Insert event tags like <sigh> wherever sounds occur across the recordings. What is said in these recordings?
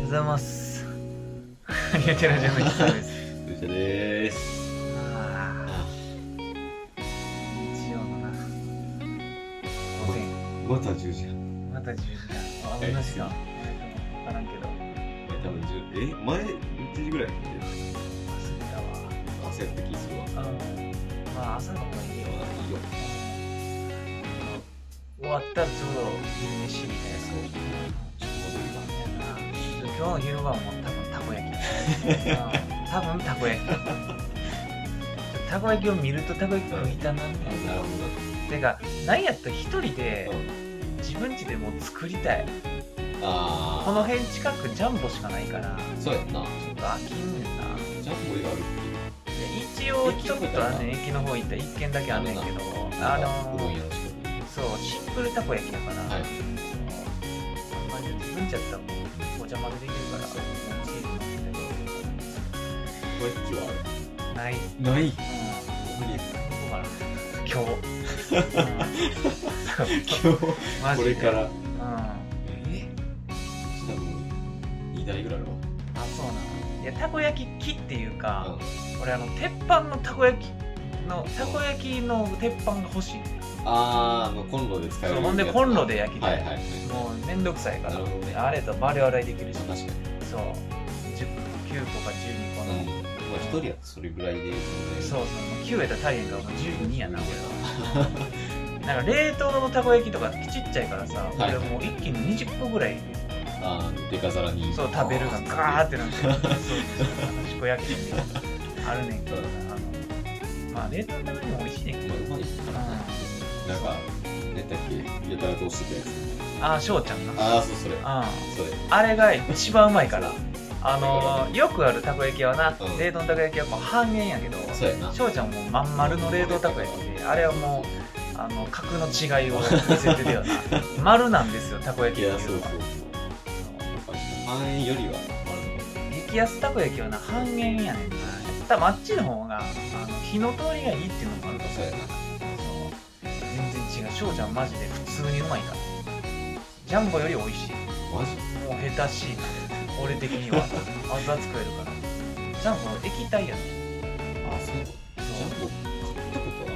ございます。ありがとうございます。です。お疲れ様です。ああー日曜のな。午前、また10時半。また10時だ。あ、同じだ。わからんけど。え、多分10、え、前1時ぐらいやってる忘れ朝やった気するわ。たわ。うん。まあ、朝の方がいいよ。あいいよ。終わったらちょうど昼飯みたいな。そう。ちょっ今日の昼ごはんも多分たこ焼きうん多分たこ焼きたこ焼きを見るとたこ焼き向いたなみたと戻いるなわ。なるほてかなんやったら一人でど。うん。自分家でもう作りたいああ。この辺近くジャンボしかないからそうやんな。ちょっと飽きんねんなジャンボ以外あるっで一応ちょっとあんねん駅の方行ったら一軒だけあんねんけどけあうどのんー屋の近くに。そうシンプルたこ焼きだから、はい。まあ、自分家やったらもうお邪魔でできるからチーズ飲んでこっちはたりないある。ない。無無理今 <laughs> 日、 <laughs> 今日、マジこでれから。うんあえ多分、2台ぐらいあるわ。そうなのいやたこ焼き器っていううかん、俺あの鉄板のたこ焼きのたこ焼きの鉄板が欲しいあー、あの、コンロで使えそるやうつ。ほんでコンロで焼きたはい、いはいはい。もうめんどくさいかなら、るほどねあれやとバレ洗いできるし確かに。そう10 9個か12個うんの、まあ一人やとそれぐらいでそそうそうもう9やったら大変からもう12やな俺はうねなんか冷凍のたこ焼きとかちっちゃいからさ、はい俺もう一気に20個ぐらいあーでか皿にそう食べるがガーってなってそうそうそうしこ焼きみたいなあるねんけどなあのまあ冷凍の食べも美味しいねんけどまあうまいからななんか何だっけやたらと押してたやつああ翔ちゃんなうんああそうそれあそれれが一番うまいからあのーよくあるたこ焼きはな、うん冷凍のたこ焼きはこう半円やけどそうやな翔ちゃんもうまん丸の冷凍たこ焼きであれはもうあの格の違いを見せてるような丸なんですよたこ焼きっいていやそうそううのはそう半円よりは激安たこ焼きはな半円やねんな多分あっちの方があの火の通りがいいっていうのもあるあかそうやな全然違う翔ちゃんマジで普通にうまいからジャンボより美味しいマジもう下手しい俺的には熱々食えるからジャンボの液体やねあそうジャンボ買ったこと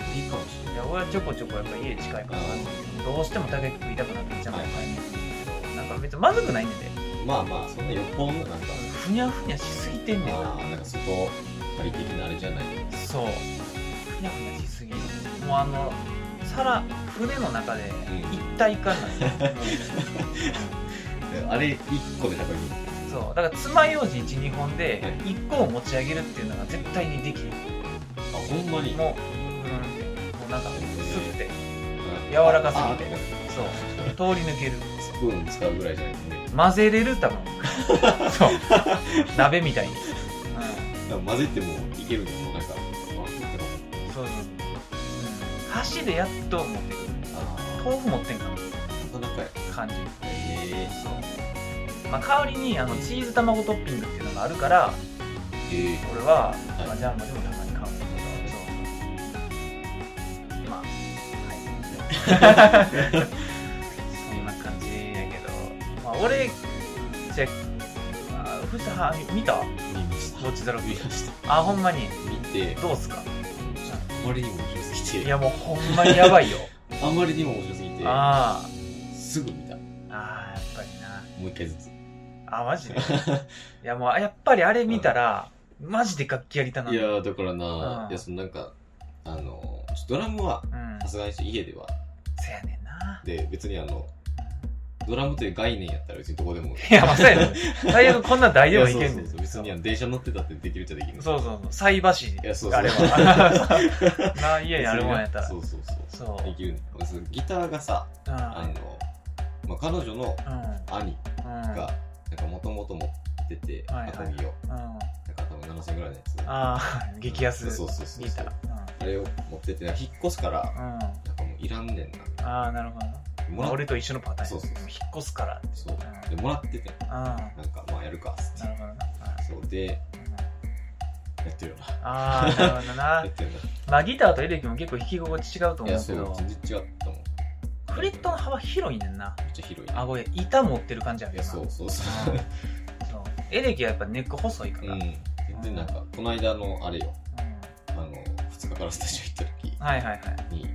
あるいいかもしいや俺はちょこちょこやっぱ家近いからうんどうしてもたこ焼き食いたくなってジャンボ買いに行くけどなんか別にまずくないねんでれないまあまあそんなよっぽどなんかふにゃふにゃしすぎてんねんなあーなんか外パリ的なあれじゃないそうふにゃふにゃしすぎもうあの皿船の中でん一体化にな <laughs> る、あれ一個で高いそうだから爪楊枝12本ではい1個を持ち上げるっていうのが絶対にできるあほんまにもうブルンってもうなんかすって柔柔らかすぎててそう通り抜けるスプーン使うぐらいじゃないとね混ぜれる多 <laughs> 分そう鍋みたいに、なんか混ぜてもいけるのもなんかうん、そうそう、うん、箸でやっと持ってくるあ豆腐持ってんかーなかなかやな感じえそう、まあ、代わりにあのチーズ卵トッピングっていうのがあるからえええ俺は、はいまあ、ジャンボでもたまに買うんだけどそうまあはい <laughs> そんな感じやけどまあ俺じゃああ藤田は見た見ましたどっちだろう見ましたあほんまに見てどうっすかあまりにも面白すぎいてやもうほんまにやばいよ <laughs> あまりにも面白すぎてあーすぐ見たもあーやっぱりなう一回ずつあマ <laughs> ジでいやもうやっぱりあれ見たら、マジで楽器やりたないやーだからなうんいやそのなんかあのちょドラムはうんさすがに家ではせやねんな <laughs> で別にあのドラムという概念やったら別にどこで <laughs> もいやまあそうやねん最悪こんなん大丈夫いけんねんいやそうそうそう別にあの電車乗ってたってできるっちゃできるのそうそうそう。菜箸。いやそうそうあれ <laughs> は。なあ、家にあるもんやったら。そそう。うそうそうそできるねそのギターがさうん。あの、まあ、彼女の兄うん。がなんかもともと持っててはいはいアコギをうん。なんか多分7000ぐらいのやつあああ、激安。そうそうそうギター。れを持っててなんか引っ越すからうん。うん。なんかもういらんねんなああ、なるほどな。まもらあっ俺と一緒のパターン。そうそうそう引っ越すから。そうでもらっててうん。ななんかまあやるかっつっるほどな。てそうでうんやってるよなああ、なるほどやなっ。てるまあギターとエレキも結構弾き心地違うとない思やうけそうど、全然違ったもんクリットの幅広いねんなめっちゃ広いあごで板持ってる感じやいねんやなそうそうそううんそうエレキはやっぱネック細いか <laughs> うら、んうん全然なんかこの間のあれよあの2日からスタジオ行った時はいはいはいに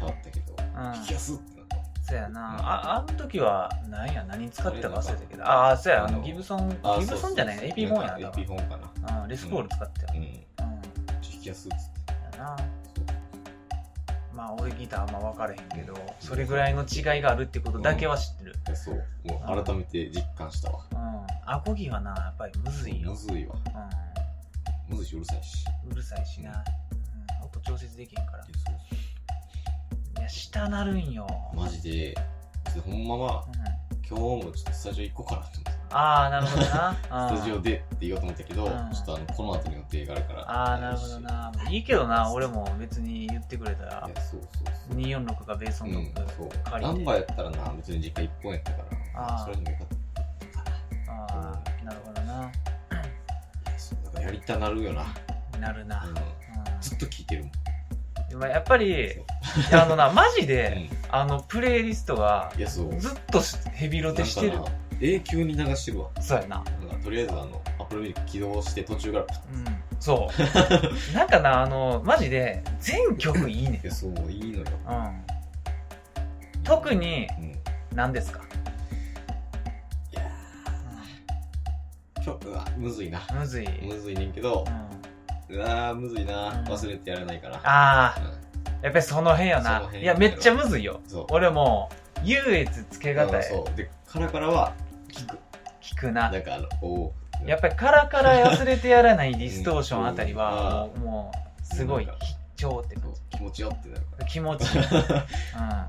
触ったけどうん引きやすってなったそうやな、うんああの時は何や何使ってたか忘れたけどああそうやああののギブソンギあブソンじゃないエピボンやなエ多ピ分フォンかなうんレスポール使ってたうよんちょうん、っと引きやすっつってやなそうまあ俺ギターあんま分かれへんけどそれぐらいの違いがあるってことだけは知ってるいやそうもう改めて実感したわうんアコギはなやっぱりむずいよむ、ずいわうむずいしうるさいしん、うるさいしな、うん、音調節できへんからいやそういや下なるんよ、うん、マジでちょっとほんまは今日もちょっとスタジオ行こうかなと思ってああなるほど <laughs> なうんスタジオでって言おうと思ったけど、うんちょっとあのこの後の予定があるからああなるほどないいけどな俺も別に言ってくれたらいやそうそうそう246がベースう音ん楽、そう借ナりてンバーやったらな別に実家一本やったかあらーそれでもよかっああなるほどなたいやそうだからやりたなるよな、なるな、ううんんずっと聴いてるもんまあやっぱりそうあのなマジうでんあのプレイリストがいやそうずっとしヘビロテしてるなんかな永久に流してるわそうやななんかとりあえずあのアップルミルク起動して途中からパッうんそう <laughs> なんかなあのマジで全曲いいねいやそういいのよんうん特にうんい何ですか、やー今日うわむずいなうんむずい、うん、むずいねんけどあうわーむずいなうん忘れてやらないからあーうやっぱりその辺よそのな。辺いや、めっちゃむずいよ。んそう俺も、優越つけがたうんい。そうでカラカラは聞く聞くなな。んかあのおーやっぱりカラカラ忘れてやらないディストーションあたりは、うもう、んもうすごいなんか必聴ってそ感う気持ちよってなるかじ。気持 <laughs> ちいい。うん。うん。ら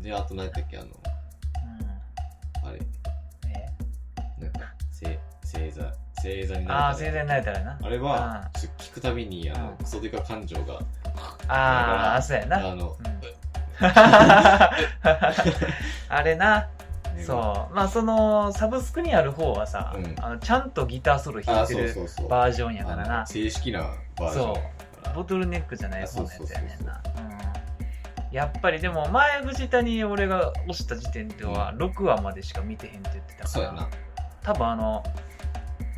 であと何やったっけあのあれねなんかせ正座正座にあなあ、る生前になれたらな。あれはうちょっと聞くたびにあうんのクソデカ感情がああ、そうやな。あのうん <laughs> あれな。そう。まあ、その、サブスクにある方はさうん、あのちゃんとギターソロ弾あいてそうるそうそうバージョンやからあなの。正式なバージョンそうボトルネックじゃない方のやつやねんな。うんやっぱりでも前口谷俺が押した時点ではう6話までしか見てへんって言ってたかそうやら、な多分あの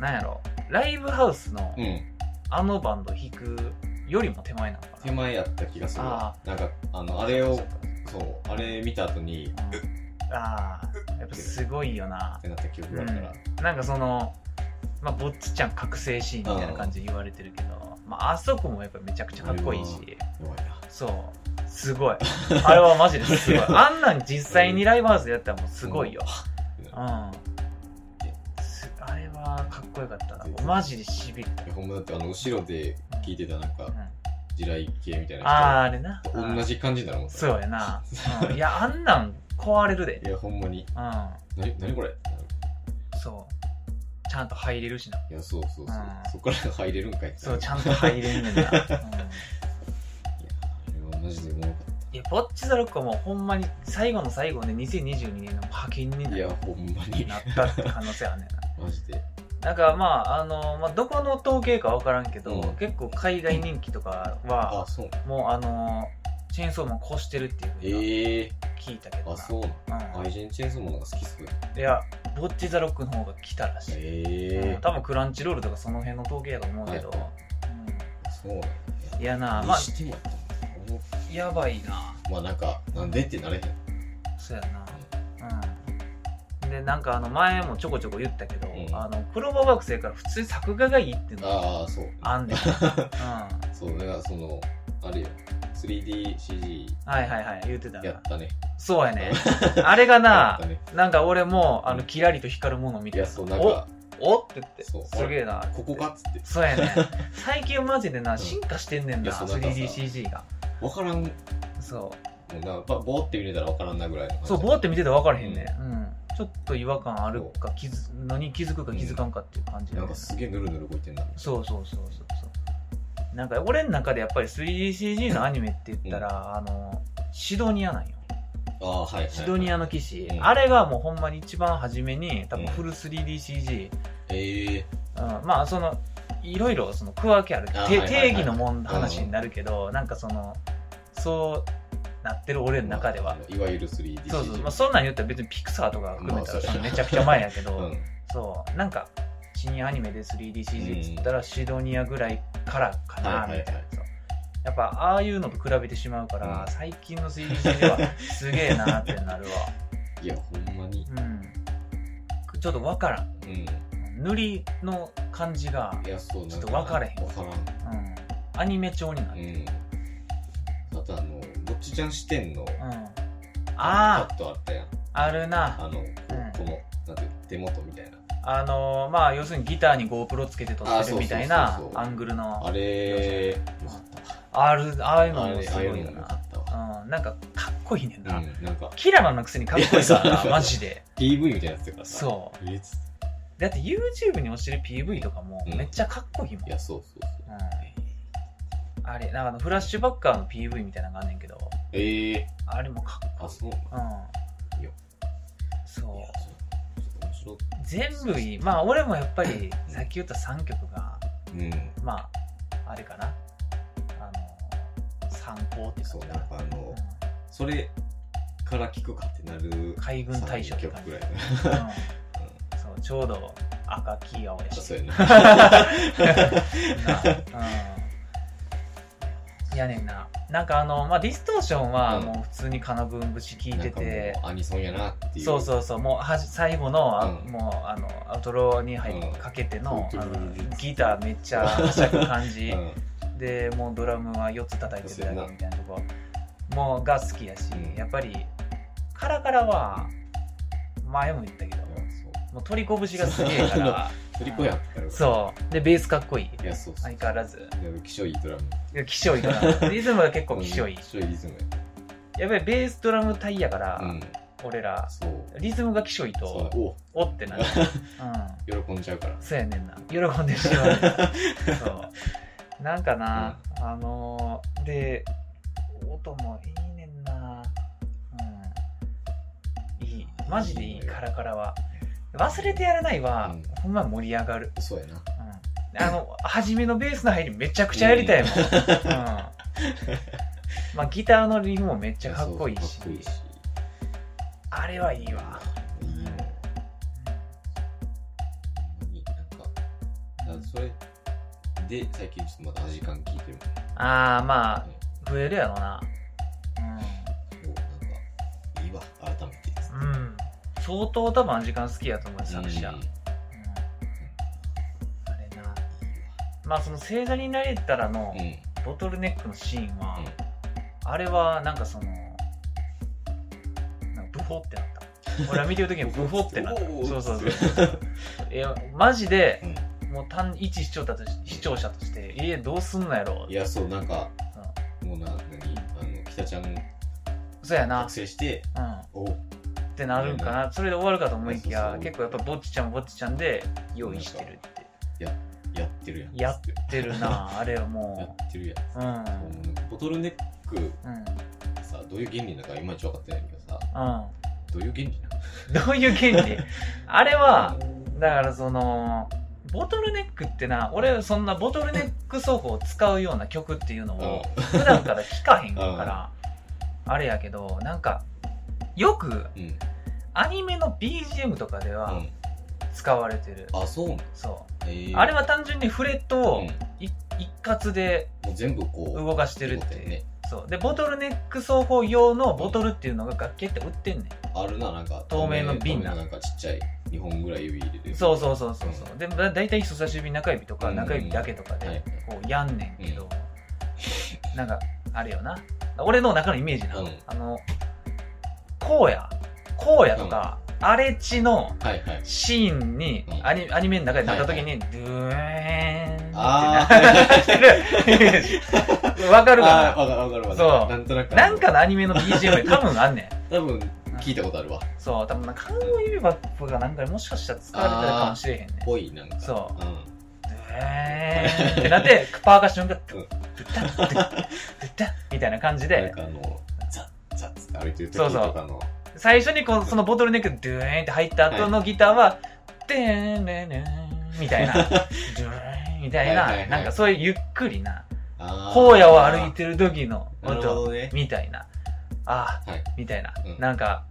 なんやろライブハウスのうんあのバンド弾くよりも手前なのか手な、前やった気がするわあなんかあのあれそをうかそうあれ見た後にそうかうんああやっぱすごいよなってなった記憶があるからなんかそのまあぼっちちゃん覚醒シーンみたいな感じで言われてるけど、まあ、あそこもやっぱめちゃくちゃかっこいいし、弱いなそう。すご <laughs> い。あれはマジですごい。あんなん実際にライブハウスでやったらもうすごいよ。うん。すあれはかっこよかったな。マジでしびれた。いやほんまだってあの後ろで聞いてたなんうかん、地雷系みたいあーなあれな。人と同じ感じになるもんそうやな。うん、いや、あんなん壊れるで。いやほんまにうん。なになにこれそう。ちゃんと入れるしな。いやそうそうそううんそこから入れるんかいってそう、ちゃんいとや入れるねんな。うんあれはマジでもいや、ぼっちザロックはもうほんまに最後の最後で2022年の派遣にうないやほんまになったって可能性あんねんな。マジでなんかまああの、まあ、どこの統計か分からんけど、うん結構海外人気とかあは、そうもうあのチェーンソーマン越してるっていうふうにええ聞いたけどあな、そうなんうん愛人チェーンソーもなんか好きっすよいやボッチザロックの方が来たらしい、うえん多分クランチロールとかその辺の統計やと思うけど、はえそうなんうん、いやなやまにしてもやったもんあやばいなまあなんかなんでってなれへんそうやなうんでなんかあの前もちょこちょこ言ったけど、うんあのクローバーワークスやから普通に作画がいいっていうのがああそうあんねん、うんそうだからそのあれよ 3DCG はいはいはい言ってたやったねそうや <laughs> ねあれがなやったねなんか俺もあうのんキラリと光るもの見いてやそうなんかおおって言ってそうすげえなここかっつってそうやね <laughs> 最近マジでうんな進化してんねんいなやそうなんかさ 3DCG が分からんもそうなばぼーって見れたら分からんなぐらいのう感じそうぼーって見てたら分からへんね、うんちょっと違和感あるか気づのに気づくか気づかんかっていう感じだなんねかすげえぬるぬる動いてんなそうそうそうそうそうなんか俺の中でやっぱり 3DCG のアニメって言ったら、あのシドニアなんよああはいはいシドニアの騎士、うんあれがもうほんまに一番初めに多分うんフル 3DCG、ええうん、まあそのいろいろその区分けあるあてはいはいはい定義のもん話になるけど、なんかそのそなってる俺の中では。いわゆる 3D そうそう、まあ、そんなん言ったら別にピクサーとか含めたらそのめちゃくちゃ前やけ <laughs> ど、うんそう、なんか、新アニメで 3DCG っつったらシドニアぐらいからかな、うみんたいなはいはいはい。そうやっぱ、ああいうのと比べてしまうから、うん最近の 3DCG はすげえなってな <laughs> るわ。いやほんまにうん。ちょっとわからん。うん塗りの感じが、いやそうちょっと分かれへん分からんうん。アニメ調になる。うん。あとあの、ぼっちちゃん視点のうん。あカあットあったやん。ー、あるな。あの、こううんこの、なんていうの手元みたいな。あのーまあ要するにギターに GoPro つけて撮あっーてそうるそうそうそみたういなアングルのあれ、よかっあるああいうた。あのもれ、すああごいういよのもよかなったわ。うんなんかかっこいいねんうな、ん、なんか、キララのくせにかっこいいいかやらそうマジで PV みたいなやつとかさ。。そうえつうだって YouTube に落ちてる PV とかもうんめっちゃかっこいいもん、いや、そうそうそう。うんあれなんかあのフラッシュバッカーの PV みたいなのがあんねんけどええあれもかっー、あ、そう。こいいういんやいそやうそうちょっと全部いいまあ俺もやっぱりさっき言った3曲が面白い。うん。まああれかなあの参考ってそ感う、じなんだかあの、それから聞くかってなる。海軍大将って曲感じぐらい。うんそうちょうど赤黄青や <laughs> しそうやな。なうんいやねんななんかあの、まあ、ディストーションはうんもう普通に金分節聞いなてんかもて、うアニソンやなっていう。そうそうそうもうはじ最後の、あうんもうあのアウトローに入うんかけての,、うんあのギターめっちゃはしゃぐ感じ、うん。でもうドラムは4つ叩いてるだけみたいなとこもうが好きやし、うんやっぱりカラカラは前も言ったけどいやそうもう取りこぶしがすげえから <laughs> 振り子やったらそうでベースかっこいいいやそうそう相変わらずいや気象いいドラムいや気性いい <laughs> からリズムが結構気性いい気象いいリズムやっぱりベースドラムタイヤから、うん俺らそうリズムが気性いいそとうおおって <laughs> なる、う喜んじゃうからん、そうやねんな喜んでし <laughs> まうそうなんかな、あのーで音もいいねんなうんいいマジでいいカラカラは忘れてやらないは、うんほんま盛り上がる、そうやなうん、あの初めのベースの入りめちゃくちゃやりたいもん、うんまあ、ギターのリフもめっちゃかっこいいしそうかっこいいしあれはいいわ、いいのほんまになんかだからそれで最近ちょっとまた味感聞いてるああまあもんね増えるやろなそうなんかいいわ改めてうん、うん、相当多分時間好きやと思う作者、うんういんいわあれなまあその星座になれたらのうんボトルネックのシーンは、うんあれはなんかそのなんかブホってなった俺は見てる時にブホってなったおーそうそうそういやマジでうん、もう単一視聴者とし視聴者として「えどうすんのやろ <laughs> いやそうなんかもうな何あの北ちゃんそうやな覚、醒してうん、おってなるんかな、それで終わるかと思いきそうやそう結構やっぱぼっちちゃんぼっちちゃんで用意してるってやってるやんやってるなあれは <laughs> やもってるやんううんうんボトルネックうんさどういう原理なのかいまいち分かってないけどさどういう原理なのどういう原 <laughs> 理あれはだからそのボトルネックってな俺そんなボトルネック奏法を使うような曲っていうのを普段から聴かへん <laughs> からあれやけどなんかよくうん、うんアニメの BGM とかでは使われてる、あそうなの、そえーうあれは単純にフレットうをんい一括でもう全部こう動かしてるって動い、いうてねそうでボトルネック奏法用のボトルっていうのが楽器やって売ってんねんあるななんか透明の瓶な透明のんかちっちゃい2本ぐらい指入れてそううそうそうそうそうでだ大体人差し指中指とかうん中指だけとかはでいこうやんねんけど、なんかあれよな俺の中のイメージな、うんあのこうやこうやとか、荒れ地のはいはいシーンにうんアニ,、アニメの中でなった時に、ドゥーンっあてなってるイメージわかるあか分かる分かる <laughs> わそうなんとななくなんかのアニメの BGM で多分あんねん多分聞いたことあるわそう、多分な、韓国指バップがなんかにもしかしたら使われてるかもしれへんね。ぽいなんか、そうん、えーってなって、パーカッションが、ドゥッタッ、ドゥッタッ、ドゥッタッ、みたいな感じなんで、かあのザッザッつって歩いてる時そうそうとかの最初にこうそのボトルネック、ドゥーンって入った後のギターは、デーン、デーン、デーン、みたいな、ドゥーン、みたいはいはいはな、いなんかそういうゆっくりな、あー荒野を歩いてる時のなるほ音どねみたいな。ああ、はいみたいな、うんなんか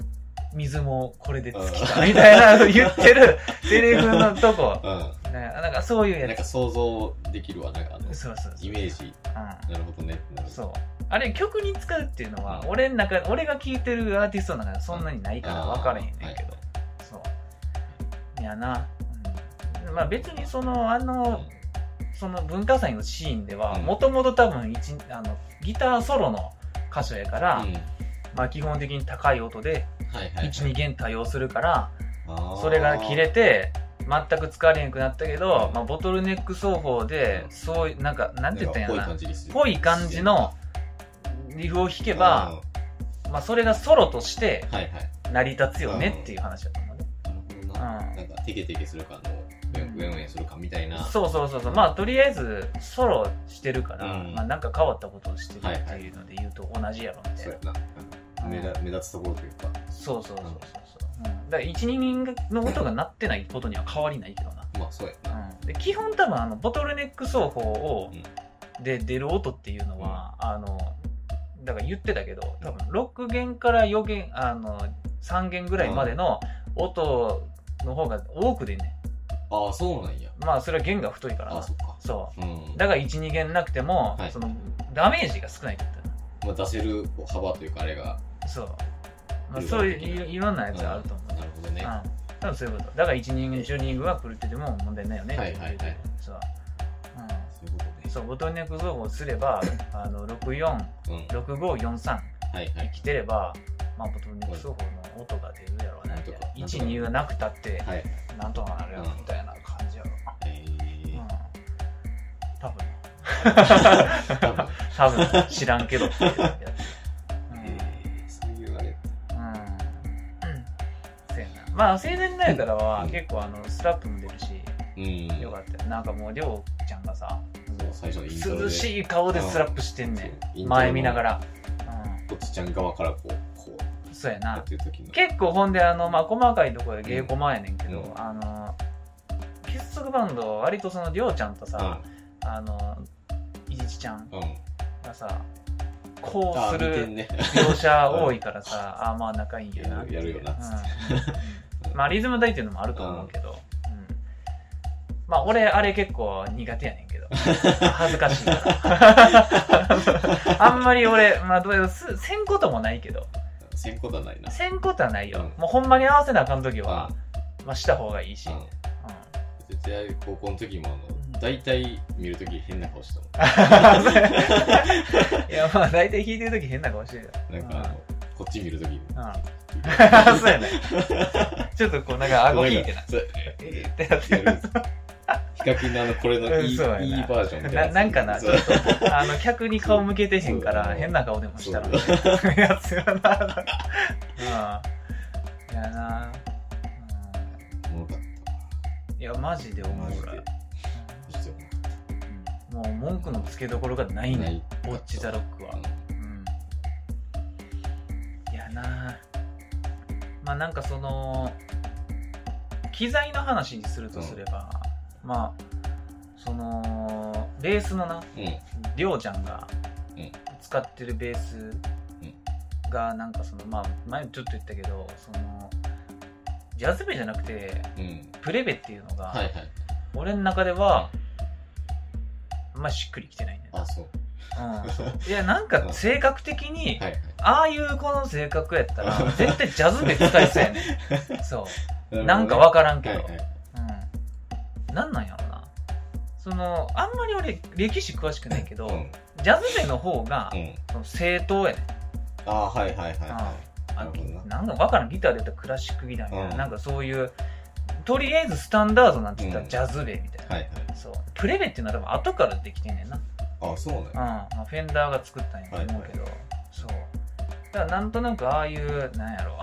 水もこれで尽きうたんみたいな <laughs> の言ってるセリフのとこう。ねなんかそういうんなやんか想像できるわ、なんかあのつ、そうそうそうイメージ。なるほどね。うん、なるほど。そうあれ曲に使うっていうのは、うん俺の中俺が聴いてるアーティストの中でそんなにないから分からへんねんけど、あーはいそういやな、うん、まあ別にそのあのその文化祭のシーンではうんもともと多分一あのギターソロの箇所やから、うん。まあ、基本的に高い音ではいはい。 12弦対応するからあーそれが切れて全く使われへんくなったけど、まあ、ボトルネック奏法でうんそういうなんかなんて言ったんやろなんかなぽい感じにするぽい感じのリフを弾けば、まあ、それがソロとしてうんはいはい。成り立つよねっていう話だと思うね、なるほどな。うんなんか、テケテケするか、あの、ウェンウェンウェンするかみたいな。そうそうそうそうまあとりあえずソロしてるから、うんまあ、なんか変わったことをしてるっていうので言うと同じやろみたいそうなや、な。うん目立目立つところというか。そうそうそうそうそう、うん、だから12人の音が鳴ってないことには変わりないけどなまあ、そうやな。うんで基本多分あのボトルネック奏法を、で出る音っていうのは、あのだから言ってたけど多分6弦から4弦あの3弦ぐらいまでの音の方が多く出んねああ、そうなんや。んまあそれは弦が太いからあなあ、そっか。そうんう。だから12弦なくても、はいそのダメージが少ないって言ってまあ、出せる幅というか、あれが。たそう、まあ、いろいろそういできうるいいろんなやつがあると思う、なるほどね。うん多分そういうことだから1人組10人組は狂ってても問題ないよねって言っててはいはいはいそう、そういうことねうん、。そうボトルネック造法すればあの64うん。 6543はいはい。来てれば、まあ、ボトルネック奏法の音が出るやろうなみたいななんとかなんとか12がなくたってはい。なんとかなるやろみたいな感じやろな、えうんー。多分 <laughs> 多分多分知らん <laughs> けどっていうやつ、うんえーそういうあれ。うん、そうやなまあ青年代からはうん結構あのスラップも出るしうん。よかったよなんかもうりょうちゃんがさそう最初のイントロで涼しい顔でスラップしてんねそうイんントロの前見ながら、こっちちゃん側からこう、こう、うん、そうややっなてる時の。結構ほんであの、まあ、細かいところで芸駒やねんけど、うんあの結束バンド割とそのりょうちゃんとさ、あのいじちちゃんうん。うん。がさこあうー、す見てるんね。描写多いからさ、あーまあ仲いいんやなっていうやるやるよなうん、まあリズム大っていうのもあると思うけど、うんまあ俺あれ結構苦手やねんけど恥ずかしいから <laughs> あんまり俺まあどうやすせんこともないけどせんことはないな。せんことはないよ、うんもうほんまに合わせなあかん時はあ、まあした方がいいし、うん <laughs> うん。絶対高校の時も、あうんの、大体見る時変な顔してたもん。いやまあ大体弾いてる時変な顔してるよなんかあの、こっち見るときも。うん <laughs> そうやねちょっとこうなんか顎引いてなそうえーってやってやるんですヒカキンのあの、これのいい、いいそうやバなージョンみたいなやつなんかな、ちそょうっと、あの、客に顔向けてへんかそら、う変な顔でもしたら、そやつやな。うん。やな。おもろかっうん。いや、マジでた。思マジうでから。。マジでおもろかっもう文句のつけどころがないたなねいん。ボッチザロックは。うん。いやな。まあなんかその、機材の話にするとすれば、まあ、その、ベースのな、うん。うん。りょうちゃんがうん使ってるベースうんがなんかそのまあ前もちょっと言ったけどそのジャズベじゃなくてうん。プレベっていうのが、はいはい。俺の中では、まあしっくりきてないんだよあ、そう。な、はうん、いやなんか性格的に、いはい。ああいう子の性格やったら絶対ジャズベ使いそうやねん <laughs> そうなんかわかからんけど、はいはい。うん、なんなんやろなそのあんまり俺歴史詳しくないけど、うん。ジャズベの方が、うん。その正当やねあー、はいはいはいはんあなるほどななんかわからんギターで言ったらクラシックギターみたいな、うんなんかそういうとりあえずスタンダードなんて言ったらうんジャズベみたいい。な、はいはい。そうプレベっていうのは多分後からできてんねんな、うんあー、そうなんや。まあ、フェンダーが作ったんやと思うけど、そうだからなんとなくああいうなんやろ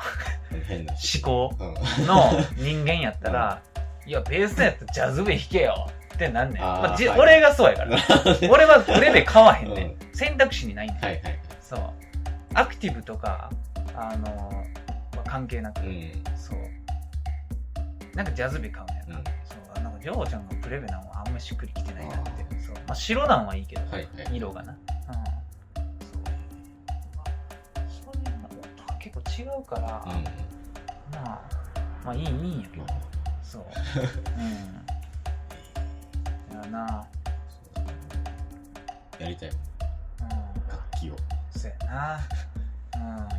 変な思考 <laughs> うん。の人間やったら、いやベースのやったらジャズベ弾けよってなんねんあーまあじはい俺がそうやからは俺はプレベ買わへんねん、うん選択肢にないねんいはい。そうアクティブとかあの、まあ、関係なく、うん。そうなんかジャズベ買うんやな、うんそうなんかジョーちゃんがプレベなんはあんましっくりきてないなってあそう、まあ、白なんはいいけど、はいはい。色がなうんそうまあそういうの違うから、うんまあまあいいいいんやけどまあそううんやなそうやりたいもんうん楽器をそうやな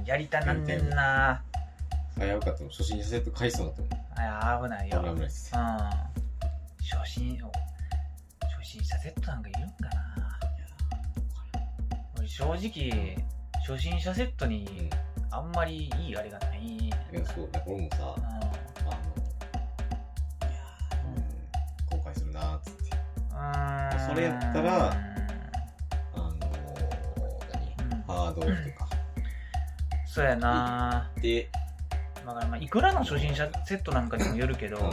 うんやりたなんねんな危うかったの初心者セット返しそうだと思うあいや危ないよ危なうんい危ないっす初心を初心者セットなんかいるんかないや俺正直初心者セットうにんあんまりいいあれがないいやそうだから俺もさうんあのいやーうん後悔するなーっつってうーんそれやったらうんあうのんー何ハードオフとかそうやなでだからまあいくらの初心者セットなんかにもよるけど、うんも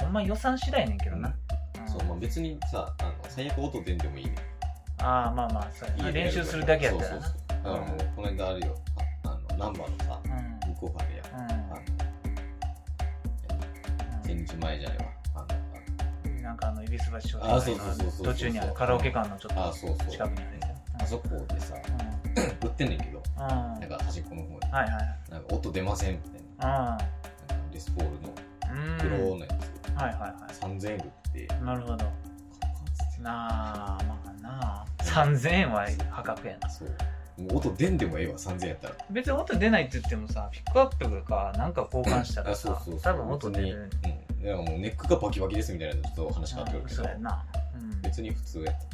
うほんま予算次第ねんけどな、うんそうまあ別にさあの最悪音出んでもいいねああまあまあそうやな家でや練るから習するだけやったそらうなそうそうだからもうこの間あるよああのナンバーのさうん向こうからやあの千日前じゃないわあのうんなんかあの指す橋商あそうそうそうそう途中にあるカラオケ館のちょっあとあそうそ近くうにあるやあそこでさつや売ってんねんけどうんうんなんか端っこの方にはいなんか音出ませんみたいはななんかレスポールのいはいうん黒うんのやつはいはいは3000円売っていなるほどカッカッつってなあまあなあ3000円は破格やなそうもう音出んでもええわ3000円やったら別に音出ないって言ってもさピックアップかなんか交換したらあそうさそうそう多分音出にるうんだからもうネックがバキバキですみたいなちょっと話変わってくうるんけそどうやなうん別に普通やったか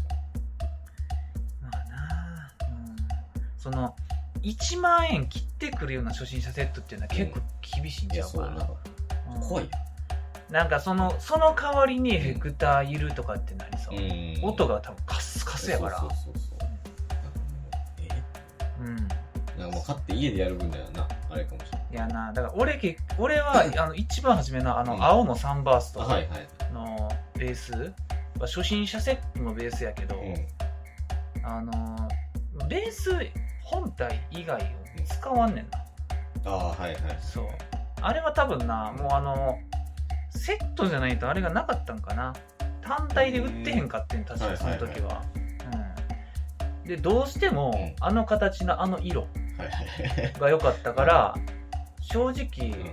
まあなあうんその1万円切ってくるような初心者セットっていうのは結構厳しいんらいちやゃうそうかなんかなうん怖いなんかそのその代わりにエフェクターいるとかってなりそううん音が多分カスカスやからそうそうそうそうなんかもうえうんなんかもう買って家でやる分だよなあれかもしれないいやなだから俺け俺 <laughs> はうんあの一番初めのあうのん青のサンバースあトはいはいのベースは初心者セットのベースやけど、うあのーベース本体以外を使わんねんな、んああはいはいそうあれは多分なもうあのセットじゃないとあれがなかったんかな単体で売ってへんかってん確かその時は,、うんでどうしてもうあの形のあの色は <laughs> いはいが良かったから、正直、うん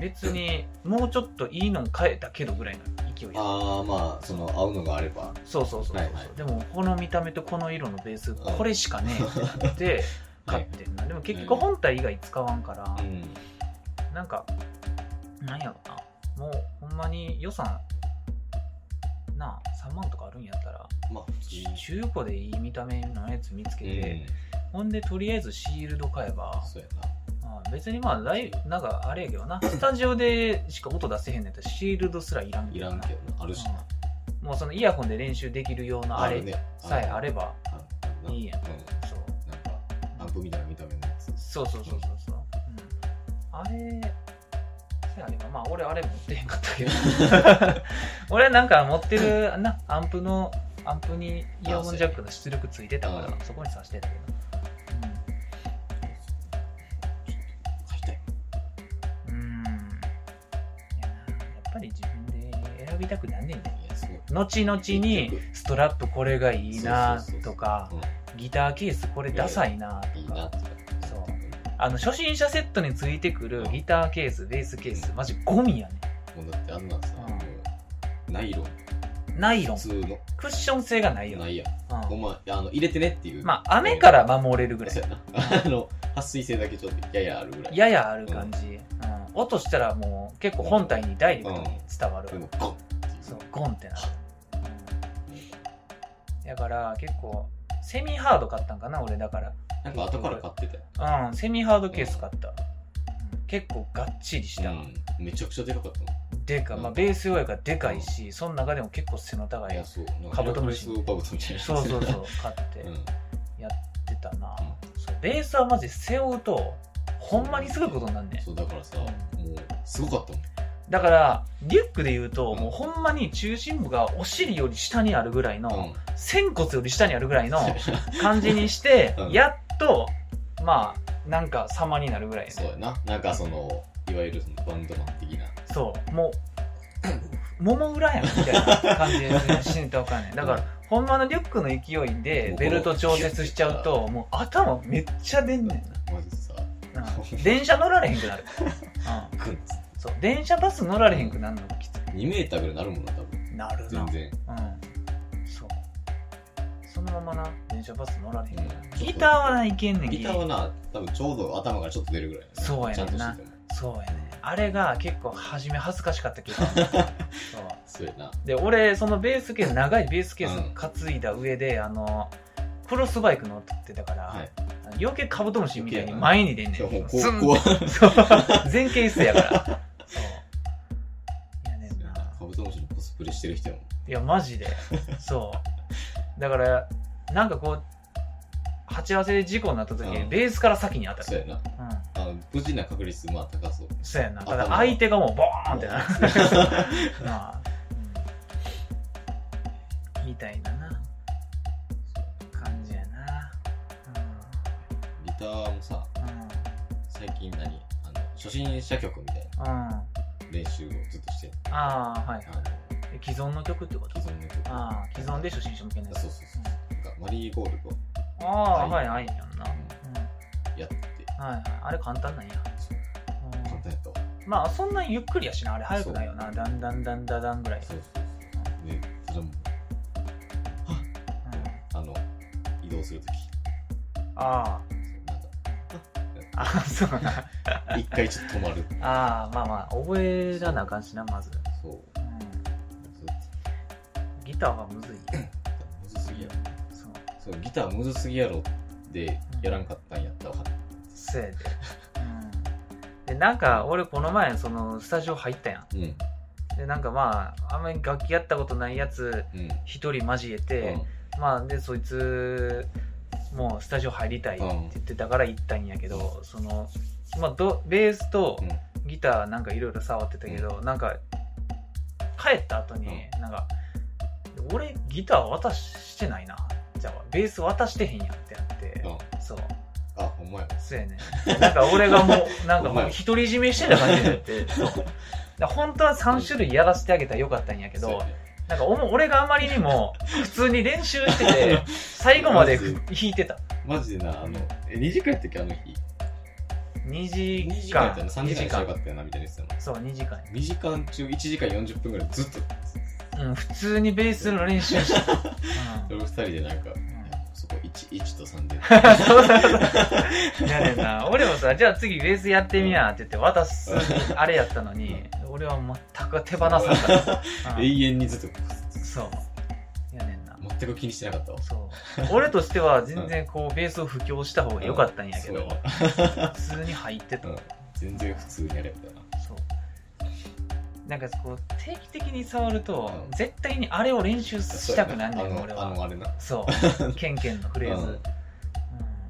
別にもうちょっといいの変えたけどぐらいの勢いやああまあその合うのがあればそうそうそうそう、はいはいでもこの見た目とこの色のベースこれしかねえ <laughs> って買ってんなでも結局本体以外使わんから、うんなんかなんやろなもうほんまに予算なあ3万とかあるんやったらまあ普通に中古でいい見た目のやつ見つけて、ほんでとりあえずシールド買えばうん、そうやなまあ別にまあライブなんかあれやけ <laughs> どなスタジオでしか音出せへんねんやったらシールドすらいらんいけどらなんけどなあるしなもうそのイヤホンで練習できるようなあれるねさえあればばいいやんうそうんなんかアンプみたいな見た目のやつそうそうそうそうそう、うん、あれせやねんなまあ俺あれ持ってへんかった <laughs> けど俺なんか持ってるなアンプのアンプにイヤホンジャックの出力ついてたかあそうらそこに挿してたけど、買いたいうん、うんいやなやっぱり自分で選びたくなんねんねいやすごい後々に結ストラップこれがいいなそうそうそうそとうかギターケースこれダサいなうんいいとなかとかそうもあの初心者セットについてくるギターケースベースケースマジゴミやねうだってあんなんさうんもうナイロンナイロン普通のクッション性がないよ、なねいやんう、お前あの入れてねっていうんまあ雨から守れるぐらそういやな <laughs> あの撥水性だけちょっとややあるぐらいややある感じ、うん音したらもう結構本体にダイレクトに伝わる、でもゴンっていうそうゴンってなる、うんだから結構セミハード買ったんかな俺だからなんか後から買ってたようん、セミハードケース買った。結構がっちりした。うんめちゃくちゃでかかったもんでか、まうあ、んベース用やからでかいし、その中でも結構背の高いやい。そうカブトムシなんかヘラクレスカブトムシみたいそなうそう <laughs> そうう、買ってんやってたな。うそうベースはマジ背負うと、ほんまにすごいことになんねん。そうだからさもうすごかったもんだから、リュックで言うと、うんもうほんまに中心部がお尻より下にあるぐらいの、うん仙骨より下にあるぐらいの感じにして、うんやっと、まあ、なんか様になるぐらいね。そうやななんかそのいわゆるそのバンドマン的なそう、もう、 <clears throat> もも裏やんみたいな感じで浸透かんねんだから、ほんまのリュックの勢いでベルト調節しちゃうともう頭めっちゃ出んねんマジでさな、うん電車乗られへんくなる、うん、グンッそう電車バス乗られへんくなるのがきつ2メーターぐらいなるもんな多分いなるな全然うんそうそのままな電車バス乗られへんうんギターはないけんねんギターはな多分ちょうど頭からちょっと出るぐらいそうやねんなちゃんとしててもそうやねあれが結構初め恥ずかしかったけどそ <laughs> うそうやなで俺そのベースケース長いベースケース担いだ上で、あのクロスバイク乗ってたから、はい余計カブトムシみたいに前に出んねん今日もうスン高校そう前傾姿勢や <laughs> からそういやねんなカブトムシのコスプレしてる人やもんいやマ <laughs> ジでそうだからなんかこう鉢合わせで事故になった時、うんベースから先に当たそうるやなうんあの無事な確率まあ高そう <laughs> そうやなただ頭が相手がもうボーンってなる <laughs> なあ、うん、みたいなな感じやなギターもさうん最近何あの初心者曲みたいなうんうん練習をずっとしてああはいあのえ既存の曲ってこと既存の曲ああ既存で初心者向けのやあつそうそうそうなんかマリーゴールドああははいいはいやんな、うんやってはいはいあれ簡単なんや、そううん簡単やったわまあそんなゆっくりやしなあれ早くないよなだんだんだんだんだんぐらい、そうそうそうでそれもうんあの移動するときあそうなんかああそうな一回ちょっと止まるああまあまあ覚えらなあかんしなまず、そううん、そうギターはむずい <laughs> むずすぎやろそうそうギターむずすぎやろでやらんかったんやったわせやで、うん、でなんか俺この前そのスタジオ入ったやうんうんんでなんかまああんまり楽器やったことないやつうん一人交えて、まあでそいつもうスタジオ入りたいって言ってたから行ったんやけど、そのまあどベースとうんギターなんかいろいろ触ってたけど、なんか帰った後に、なんか俺ギター渡してないなじゃあベース渡してへんやんってなって、うんそうあほんまやそうやね。なんか俺がも <laughs> う、なんかおもう前独り占めしてた感じになって、 <laughs> そう。だから本当は3種類やらせてあげたらよかったんやけそうどや、ねなんかおも俺があまりにも普通に練習してて、<laughs> 最後までふ弾いてた。マジでなあのえ2時間やったっけあの日2 2時時間や間っ。たよな3時間にしたらよかったよなみたいなやつやなそう、2時間。 2時間中1時間40分ぐらいずっとうん、普通にベースの練習して <laughs> た。うん俺2人でなんかそこ11と3で <laughs> そうそうそう。やねんな。俺もさ、じゃあ次ベースやってみなって言って渡す、あれやったのに、俺は全く手放さなかった。うん永遠にずっとそう。やねんな。全く気にしてなかったわそう俺としては全然こうベースを布教した方が良かったんやけど、そうやな普通に入ってた、うん全然普通にやれたなそうなんかこう定期的に触ると、うん絶対にあれを練習したくなんねあんの俺あはのあれな <laughs> そうケンケンのフレーズ、ううんん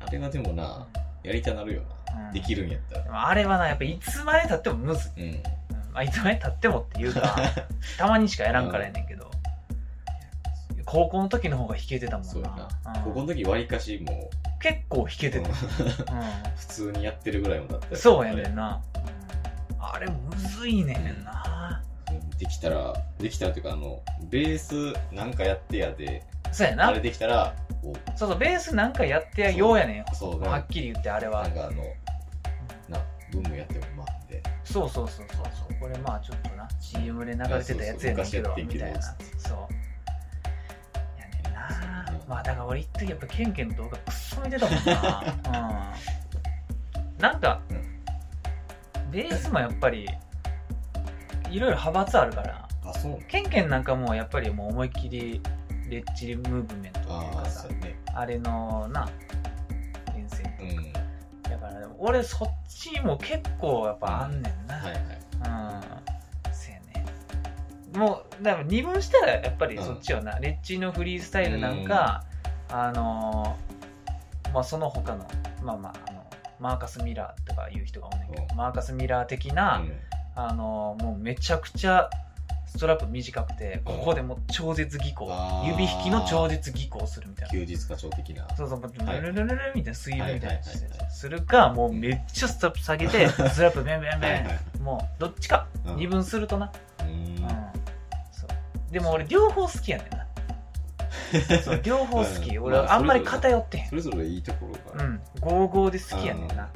あれがでもなやりたなるよな、うんできるんやったらでもあれはなやっぱいつまでたってもむずい、ううんんまあ、いつまでたってもっていう <laughs> かたまにしかやらんからやねんけど、高校の時の方が弾けてたもそんうやなな、うんここの時わりかしも結構弾けう、てた、うん普通にやってるぐらいもだったよそうやねんな。あれむずいねんな。できたらできたらというかあのベースなんかやってやでそうやあなれ。できたらおそうそう、ベースなんかやってやようやねん。そうはなっきり言ってあれなはん。かあのなブームやってもまあでそうそうそうそうそう。これまあちょっとな、CM で流れてたやつやねんけいやそうそう昔やどっ、てんけみどたいな。そう。やねんなそうね。まあだから俺一時やっぱケンケンの動画くっそ見てたもんな。うん。なんかう、ベースもやっぱり、いろいろ派閥あるから。あそうなんケンケンなんかもうやっぱりもう思いっきりレッチリムーブメントっていうあかあさそうやねあれのな厳選うんだからでも俺そっちも結構やっぱあんねんな、はいはいうんせやねもうだから二分したらやっぱりそっちよな、レッチリのフリースタイルなんか、あのーまあその他のまあまああのマーカス・ミラーとかいう人がおんねんけど、うんマーカス・ミラー的な、うんあのもうめちゃくちゃストラップ短くてここでもう超絶技巧あー指引きの超絶技巧をするみたいな休日課長的なそうそうもうルはいルルルルみたいな水流みたいなはいはいはいはいするかもうめっちゃストラップ下げてストラップベンベンはいはベンもうどっちかうん二分するとな、いうんうん、でも俺両方好きやねんなそう両方好き、うん俺まああんまり偏ってへん <laughs> それぞれいいところうがんゴーゴーで好きやねんな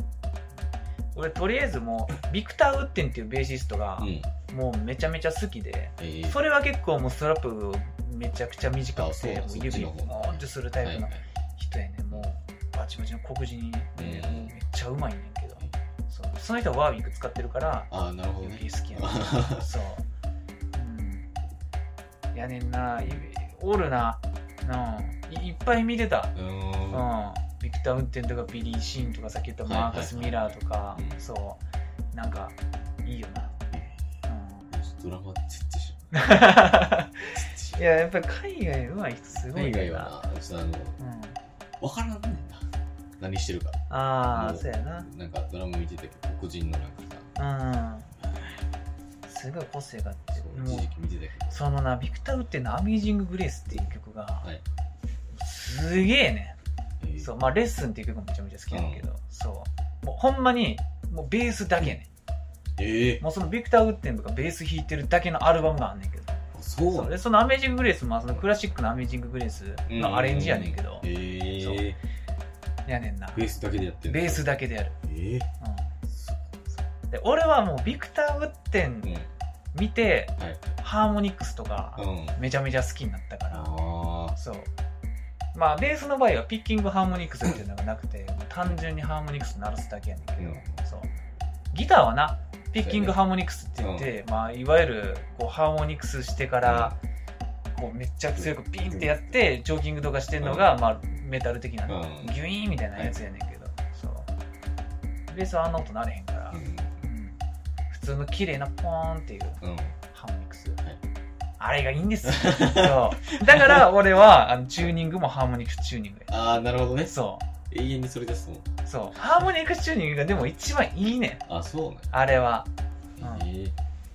俺とりあえずもうビクター・ウッテンっていうベーシストがうん、えもうめちゃめちゃ好きで、えそれは結構もうストラップめちゃくちゃ短あくそうてもう指そをっちの方ポーンってするタイプのはいはい人やねんもうバチバチの黒人でうんもうめっちゃうまいねんけどそうその人はワービック使ってるからああなるほど余ね計好きやねんそう、うん、やねんないおるなうんいいっぱい見てたううんんビクター・運転とかビリー・シーンとかさっき言ったマーカス・ミラーとかはいはいはいうんそうなんかいいよな、ドラマつってしうん、い <laughs> ややっぱり海外うまい人すごい海よな外はなちょっとあのうん、分からんねんな何してるかああもそうやななんかドラマ見てたけど個人のなんかさうんすごい個性があってそうも一う時期見てたけどそのなビクター・ウッテンの「アメージング・グレース」っていう曲が、いすげえねえーそうまあ「レッスン」っていう曲もめちゃめちゃ好きなんだけど、そうもうほんまにもうベースだけやねええもうそのビクター・ウッテンとかベース弾いてるだけのアルバムがあんねんけどそうなそんうだでその「アメージング・グレース」もそのクラシックの「アメージング・グレース」のアレンジやねんけどええそうやねんなベースだけでやってるベースだけでやる、ええうん、で俺はもうビクター・ウッテンうん見てはいハーモニクスとかうんめちゃめちゃ好きになったからあそうまあベースの場合はピッキングハーモニクスっていうのがなくて単純にハーモニクス鳴らすだけやねんけど、うんそうギターはなピッキングハーモニクスって言って、まあ、いわゆるこうハーモニクスしてから、こうめっちゃ強くピンってやってジョーキングとかしてんのが、まあ、メタル的な、ねうんギュイーンみたいなやつやねんけど、そうベースはあんな音なれへんから、あうんうん普通の綺麗なポーンっていううんハーモニクス、はいあれがいいんですよそうだから俺はあのチューニングもハーモニクスチューニングやああなるほどねそ永遠にそれですもんうそうハーモニクスチューニングがでも一番いいねんあそうなんあれはやえ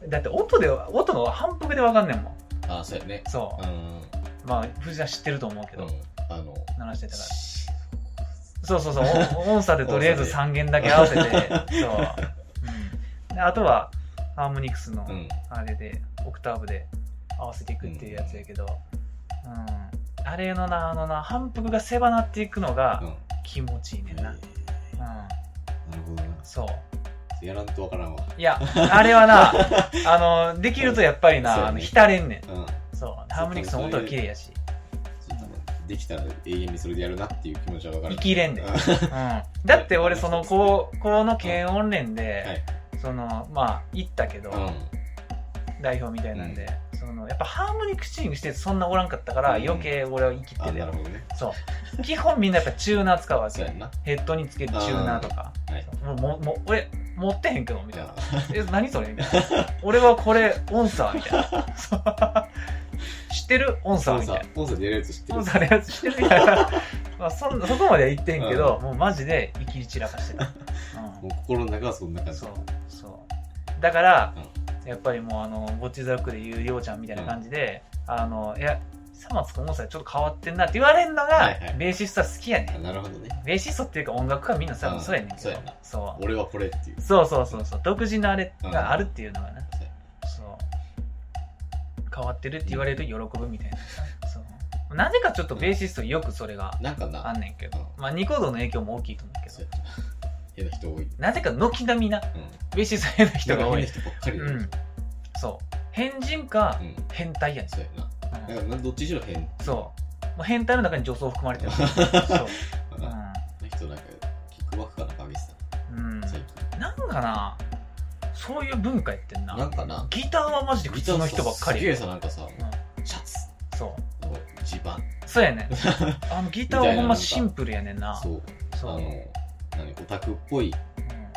えだって音で音の反復で分かんねんもんああそうやねそうんうまあ藤田知ってると思うけど、うんあの鳴らしてたからそうそうそうお <laughs> 音差でとりあえず音3弦だけ合わせてそう、うん、であとはハーモニクスの、うんあれでオクターブで合わせていくっていうやつやけど、うんあれのなあのな反復が狭なっていくのうがん気持ちいいねんな、うんえーなるほどなそうやらんとわからんわいやあれは <laughs> なあのできるとやっぱりな、そうやねあの浸れんねうんんそうハーモニクスの音は綺麗やしちょっとできたら永遠にそれでやるなっていう気持ちはわかる生きれんで、ううんん、だって俺その高校の軽音連で、はいそのまあ行ったけど、う代表みたいなんで、そのやっぱハーモニクスチューニングしてる人そんなおらんかったから、うん余計俺は生きんあてるやなるろほどねそう。基本みんなやっぱチューナー使うわそうけや。んなヘッドにつけるチューナーとか。はいもう、もう、もう俺、持ってへんけど、みたい <laughs> な。あえ、何それみたいな。俺はこれ、オンサーみたいな。 <laughs> そう知ってるオンサー音みたい声音声でやるやつ知ってな。オるンサーのやつ知ってるみたいな。まあ、そんそこまでは言ってんけど、もうマジで生き散らかしてた。もう心の中はそんなう感ん。じそう、そう。だから、やっぱりもう、あの、ぼっちざくで言うようちゃんみたいな感じで、あの、いや、久松君オンサーちょっと変わってんなって言われるのが、はいはいベーシストは好きやねんあ。なるほどねベーシストっていうか音楽家はみんなさ、うんそうやねんけそうどやなそう俺はこれっていうそうそうそうそう独自のあれがあるっていうのがね、そうやそう変わってるって言われると喜ぶみたいなさそうなぜかちょっとベーシストよくそれがなんかあなんねんけど、うまあニコ動の影響も大きいと思うけそうどやな変な人多いなぜか軒並みなうんベーシスト変な人が多いなんか変な人ばっかりだうよんそう変人かうん変態やねんそうやなうん、なんかどっちにしろ変なそうもう変態の中に女装含ま <laughs> れてるそう、人なんかキックバックかなんか上げてうんうんた、最なんかなそういう文化やってんな近なんかなギターはマジで普通の人ばっかりすげやえさなんかさシャツうんそうの地盤そう <laughs> やねあのギターはほんまシンプルやねんなそうあそうの何オタクっぽいうん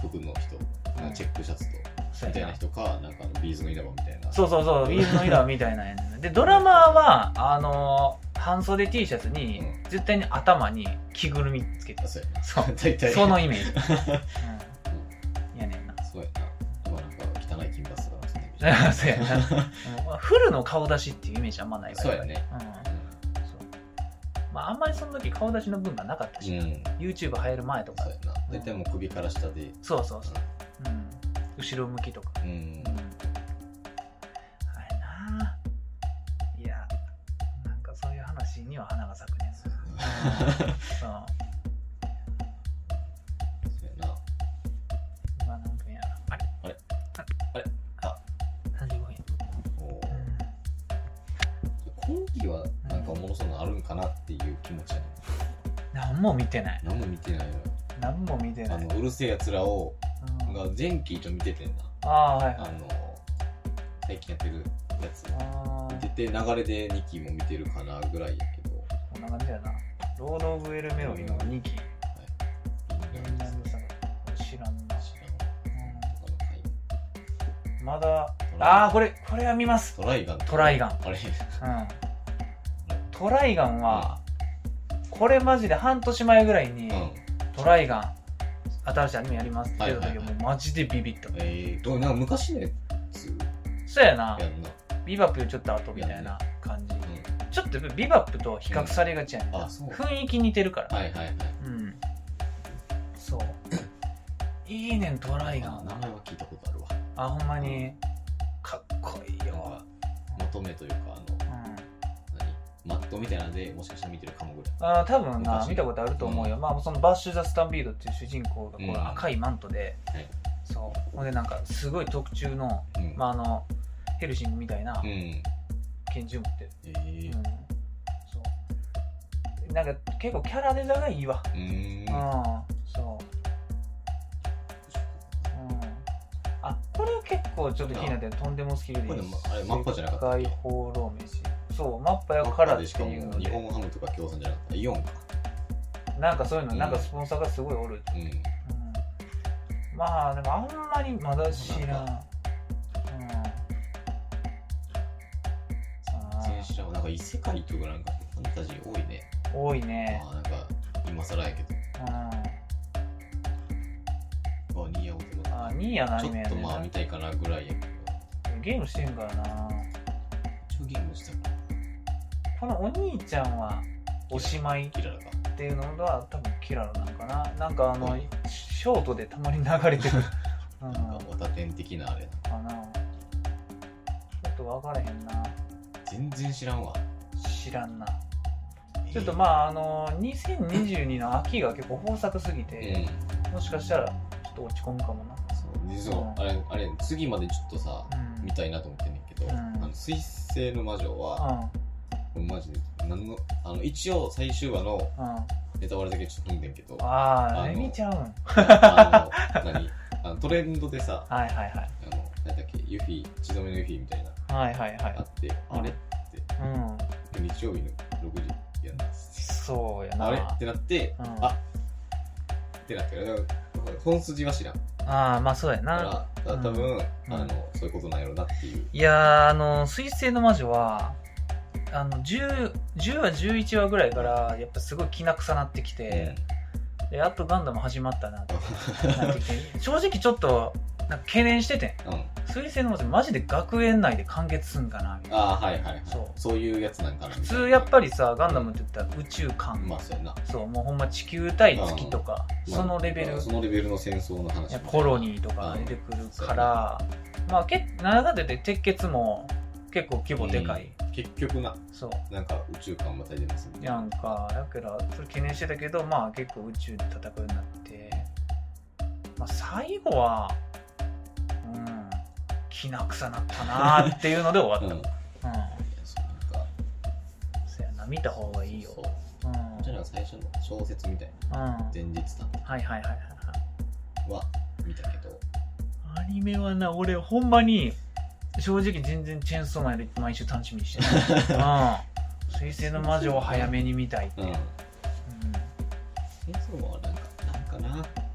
服の人なんかチェックシャツとそうみたいやなな人かなんかあのビーズの稲葉みたいなそうそうそうビーズのイラーみたいなんやねんなでドラマーはあのー半袖 T シャツにうん絶対に頭に着ぐるみつけてあそうやな <laughs> <laughs> そう大体そのイメー <laughs> ジ、うん、やねんな <laughs> そうやな今なんか汚い金髪とかなんかなそうやなうんフルの顔出しっていうイメージあんまないからそうやねうんそうまああんまりその時顔出しの文がなかったうし、んうん YouTube 流行る前とかそうやな大体もう首から下でそうそうそう、うん、後ろ向きとか、ううんん、あれなあい昨年そうやなそうそうやな今何分やろあれあれああれあ35分おー今期はなんかおもろそうなのあるんかなっていう気持ちやね何も見てない何も見てないのよ何も見てあないのうるせえやつらをうんが前期と見ててんなああーはいはあいの最近やってるやつあ見てて流れで2期も見てるかなぐらいやけどあこんな感じやなロード・オブ・エル・メロディの2期みんなみんな見た見ての知らんな、知らんとかの回うんまだトライああこれこれは見ますトライガントライガンあれうんトライガンは、これマジで半年前ぐらいに、うんうんトライガン新しいアニメやりますって言った時はいはいもはうマジでビビった、えーどうなんか昔のやつそうやなやんなビバップよりちょっと後みたいな感じ、うちょっとビバップと比較されがちやねんな、うんあそう雰囲気似てるから、んはいはいはいうんそういいねんトライガあン名は前は聞いたことあるわあほんまにかっこいいなんよか、まとめというかあのうん何マットみたいなんでもしかしたら見てるかもぐらいあー多分な昔見たことあると思うよ、まあそのバッシュ・ザ・スタンビードっていう主人公がこうのん赤いマントで、はいそうほんでなんかすごい特注の,、うんまあ、あのヘルシングみたいなうんえ拳銃持ってる、うんーそうなんか結構キャラデザがいいわうーんうん、そう、うん、あこれは結構ちょっと気になってるとんでもスキルでいいこれでもあれマッパじゃなかったっ世け界放浪飯そうマッパやマッかパらっでしてかいうもの日で本ハムとか共産じゃなかったイオンかなんかそういうのうんなんかスポンサーがすごいおるうんうんまあでもあんまりまだ知らん。うん。あ選手らはなんか異世界とかなんかファンタジー多いねー多いね。まあなんか今更やけうん。どあニーヤオとあかー、ニーヤのアちニょメやっとねんまあな見たいかなぐらいやけどゲームしてんからな。一応ゲームしたからこのお兄ちゃんはおしまいキララかっていうのは多分キララなんかな。なんかあの、うんショートでたまに流れて <laughs> くる。うん。なんかかまた天的なあれなな。ちょっと分からへんな。全然知らんわ知らんな。ちょっとまああの2022の秋が結構豊作すぎうて、んもしかしたらちょっと落ち込むかもな。そう実はあれあれ次までちょっとさうん。見たいなと思ってんねんけど、うんあの水星の魔女は、マジで何のあの一応最終話のうん。うん。ネタバレだけちょっと見てんけどあああ、あの見ちゃうん。はいの何あのトレンドでさはいはい。あの何だっけユフィ血止めのユフィみたいなはいはいはあい。ってあれうん。日曜日の6時やんなそうやな。あれってなってうん、あってなってだから本筋は知らんかああ、まあそうやな。らだから多分、うんあのそういうことなんやろなっていういやー、あの、水星の魔女は、あの10、10話、11話ぐらいから、やっぱすごいきな臭なってきて、で、やっとガンダム始まったなってなってきて、正直ちょっと、なんか懸念しててん。うん、うん水星の魔女マジで学園内で完結すんかなみたいなああーはいはいはいそそうういうやつなんかな普通やっぱりりさガンダムって言ったら宇宙観、まあそうやなそうもうほんま地球対月とか、そのレベル、まあそのレベルの戦争の話コロニーとか出てくるから、まあけなんだかんだ言って鉄血も結構規模でかい、うん結局なそうなんか宇宙観またいでますみたいやなんかだからそれ懸念してたけどまあ結構宇宙で戦うようになってまあ最後はうんきな臭なったなーっていうので終うんわっいたやうん、 <laughs> そうなんかそやな見た方がいいよそううんうんじゃあなんか最初の小説みたいなはい前日談はいはいはいはいは見たけどアニメはな、俺、ほんまに、正直全然チェーンソーマンより毎週楽しみにしてる。うん。 <laughs> 水星の魔女を早めに見たいって。うんうん戦争はなんかなんかな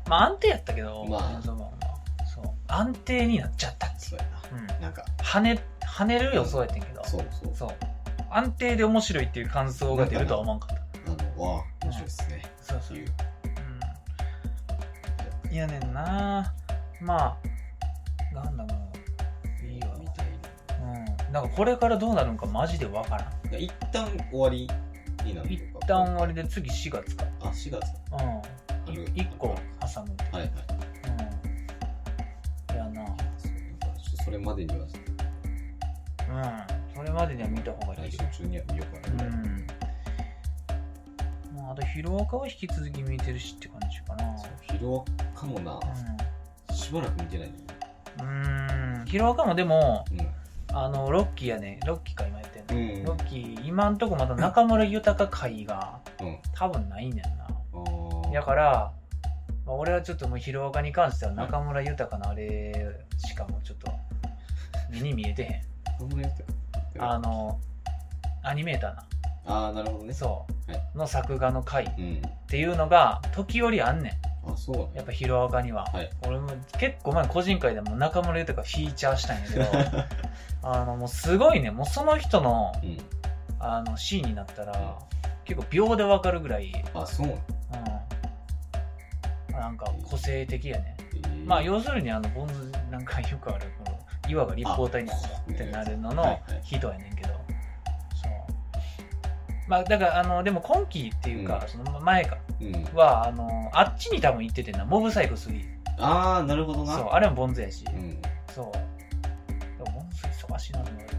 まあ安定やったけど、まあチェーンソーマンはそう。安定になっちゃったっていそううやな。うん。なんか跳ね、跳ねる予想やってんけど。そうそうそう。安定で面白いっていう感想が出るとは思わんかった。あのわあ面白いっすねそうってそう。いううん。いやねんなまあ、なんだろう。いいわ。みたいうん。なんかこれからどうなるんかマジでわからん。な一旦終わりになるの一か旦終わりで次4月か。あ4月うん。ある1個挟むって。はいはいうん。いやな。そうなんかちょっとそれまでにはうん。それまでには見た方がいい来週よ。中には見ようかうなぐらいん。とヒロアカは引き続き見てるしって感じかな。ヒロアカもな、しばらく見てないね。うん。うーんヒロアカもでも、うん。あの、ロッキーやね。ロッキーか今やってんの。ロうんッキー、今んとこまだ中村豊会がうん多分ないねんな。ああ。だから、まあ、俺はちょっともう疲労感に関しては中村豊のあれしかもうちょっと目に見えてへこんなやつん。あの、アニメーターな、ああ、なるほどね。そう、はの作画の回っうん。ていうのが時折あんねあ、そうなんん。やっぱ疲労感には。はい俺も結構前個人会でも中村豊フィーチャーしたんや <laughs> けど、あの、もうすごいね、もうその人のうん。あのシーンになったら、結構秒でわかるぐらい、あ、そうなんうん、なんか個性的やね。えーまあ要するにあのボンズなんかよくあるこのいわば立方体にあってなるのはのいはい人やねんけどそうまあだからあのでも今期っていうか、うその前かうん。はあのあっちに多分行っててんなモブサイコ3ああ、なるほどな。そうあれもボンズやし、うん。そうでもボンズ忙しいなと思うよ、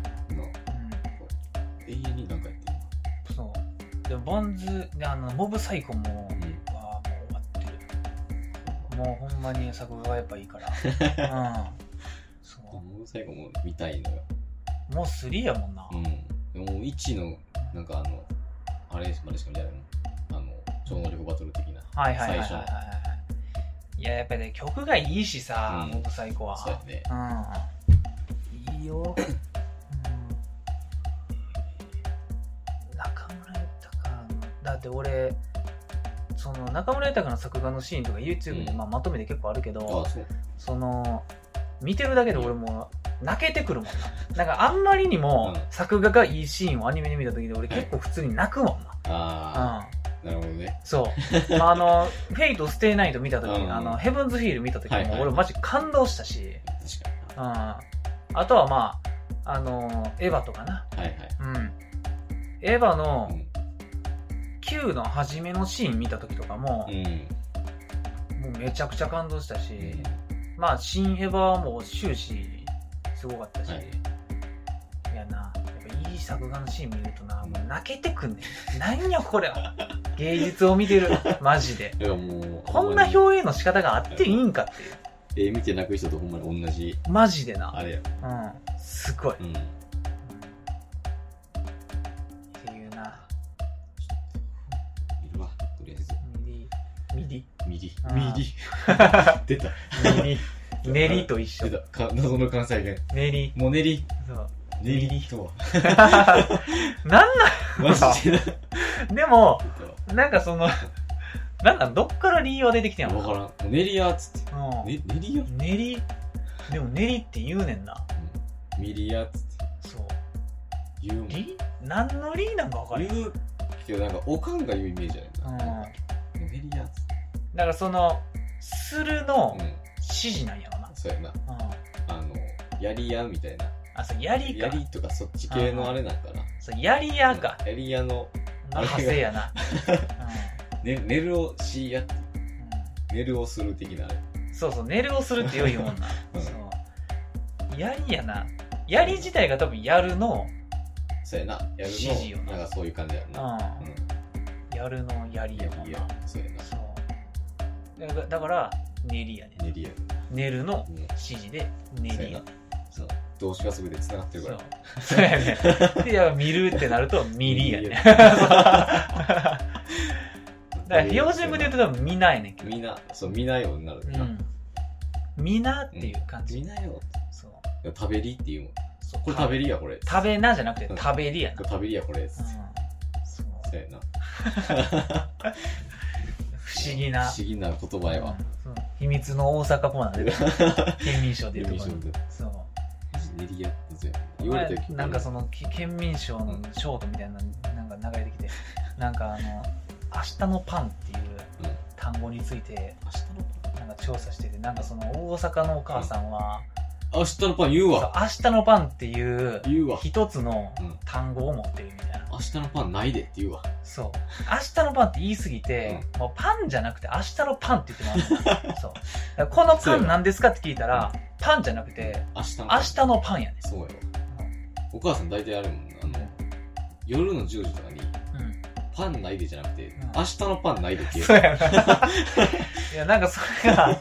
な永遠になんかやってるうん、そうでもボンズであのモブサイコも、な。わあもう終わってるもうほんまに作画がやっぱいいから <laughs> うんそううん。もう最後も見たいのよ。もう3やもんな。うん。でも、一の、なんかあの、あれまでしか見たいの。あの、超能力バトル的な。はいはいはいはい最は初い。いや、やっぱりね、曲がいいしさ、うんモブサイコは。そうやね。うん。いいよ。うん中村豊の、だって俺、その中村豊の作画のシーンとか YouTube でうんまあまとめて結構あるけあど、あ、そう。その、見てるだけで俺もう泣けてくるもんな。なんかあんまりにもうん作画がいいシーンをアニメで見た時で俺結構普通に泣くもんな。あうん。あ、なるほどね。そう。まあ、あの、フェイト、ステイナイト見たとき、うんあの、ヘブンズヒール見たときも、はいはい俺マジ感動したし、確かにうん。あとはまあ、あの、エヴァとかな。な。はいはい。うん。エヴァうのん Q の初めのシーン見たときとかも、うん。もうめちゃくちゃ感動したし、うんまあ、新エヴァはもう終始すごかったし、はいい、やな、やっぱいい作画のシーン見るとな、もう泣けてくんねん。なんやこれ <laughs> は。芸術を見てる。マジで。だからもう、こんなほまに表現の仕方があっていいんかっていう。絵見て泣く人とほんまに同じ、マジでな。あれや。うん。すごい。うん。っていうな。いるわ、とりあえず。ミリ。ミリ。ミリあ。ミー <laughs> リ。出た。ミ <laughs> リ。練りと一緒出。た。か謎の関西弁。練り。もう練り。 <laughs> そう。練り人は。なんなマジ <laughs> で出ん、でも、たなんかその、なんなん、どっから理由は出てきてんわ。のわからん。もう練りやっつって。うん。ね、練りや練り。でも練りって言うねんな。ミリやっつって。そう。言うもん。り何のりなんかわからん。言うけど、なんか、おかんが言うイメージやねんな。うん。もう練りやっつって。だからその、するのうん。指示なんやろな。そうやな。うん。あの、やりやみたいな。あ、そう、やりやか。りとかそっち系のあれなんかな。そう、やりやか。やりやの、の派生やな。ね、寝るをしや、うんうん寝るをする的なあれ。そうそう、ネルをするって良いもんな。 <laughs> うんそう。やりやな。やり自体が多分やるの、そうやな。や指示るよの、ななんかそういう感じやうん。な。うん。やるのやりやもやんりなや。。そうやな。そう。だから、だから練りやね。練りや。寝るのうん。指示で練そうりややな。。そう。動詞が全て繋がってるそかうら。。そうやね。 <laughs> で、やっぱ見るってなると、見りや <laughs> ね。見りやだから、標準語で言うと多分見ないねんけど。みんな、そう、見なようになるうな。ん。見なっていう感じ。見なよ。そう。食べりっていうもん。そうこれ食べりや、これ。食べなじゃなくてうん食べりやな。これ食べりや、これ。うそん。そううやな。不思議な不。思議な言葉やわ。うんそう秘密の大阪コーナ <laughs> ーで、県民賞でいうと読みころ上。手。そう。練りやってそうやな。言われた前時なんかその、け県民賞のうんショートみたいな、なんか流れてき <laughs> て、なんかあの、明日のパンっていううん単語について、明日のパンなんか調査してて、なんかその大阪のお母さんは、明日のパン言うそうわ。明日のパンっていう言うわ。一つのうん単語を持ってるみたいな。明日のパンないでって言うわ。そう。明日のパンって言い過ぎて、もうパンじゃなくて明日のパンって言ってもらう <laughs> の。そう。だからこのパンなんですかって聞いたら、パンじゃなくて、明日のパ明ン。日のパンやね。そうやわ。お母さん大体あれもんなあの、夜の10時とかに、うん。パンないでじゃなくてん、明日のパンないでっていう。そう <laughs> やな。いや、なんかそれが、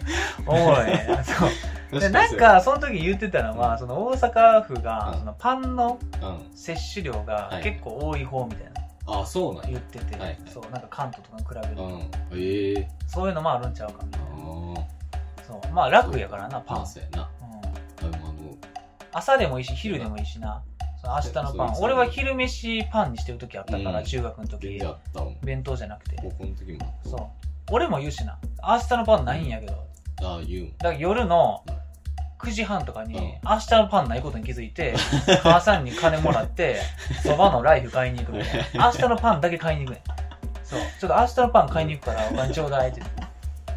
おもろいね。そう。で確なんにか、その時言ってたのは、うんその大阪府がう、んそのパンのそうや、うん。摂取量はがい結構多い方みたいなあ、そうなん言や。ってて、はいそう、なんか関東とかに比べるうと、ん。ええそういうのもあるんちゃうかみたいな。あそう。まあ楽やからな、あ。パパンン。そうやな。うんでもあの、朝でもいいし、昼でもいいしな。その明日のパン。そう俺は昼飯パンにしてる時あったから、うん中学の全時然。あったもん。弁当じゃなくて。高校の時もあった。そう。俺も言うしな。明日のパンないんやけど。ああ、言うもん。だから夜のうん9時半とかに、うん明日のパンないことに気づい <laughs> て、母さんに金もらって、そばのライフ買いに行くみたい <laughs> な。明日のパンだけ買いに行くねん。そう。ちょっと明日のパン買いに行くからお金ちょうだいって。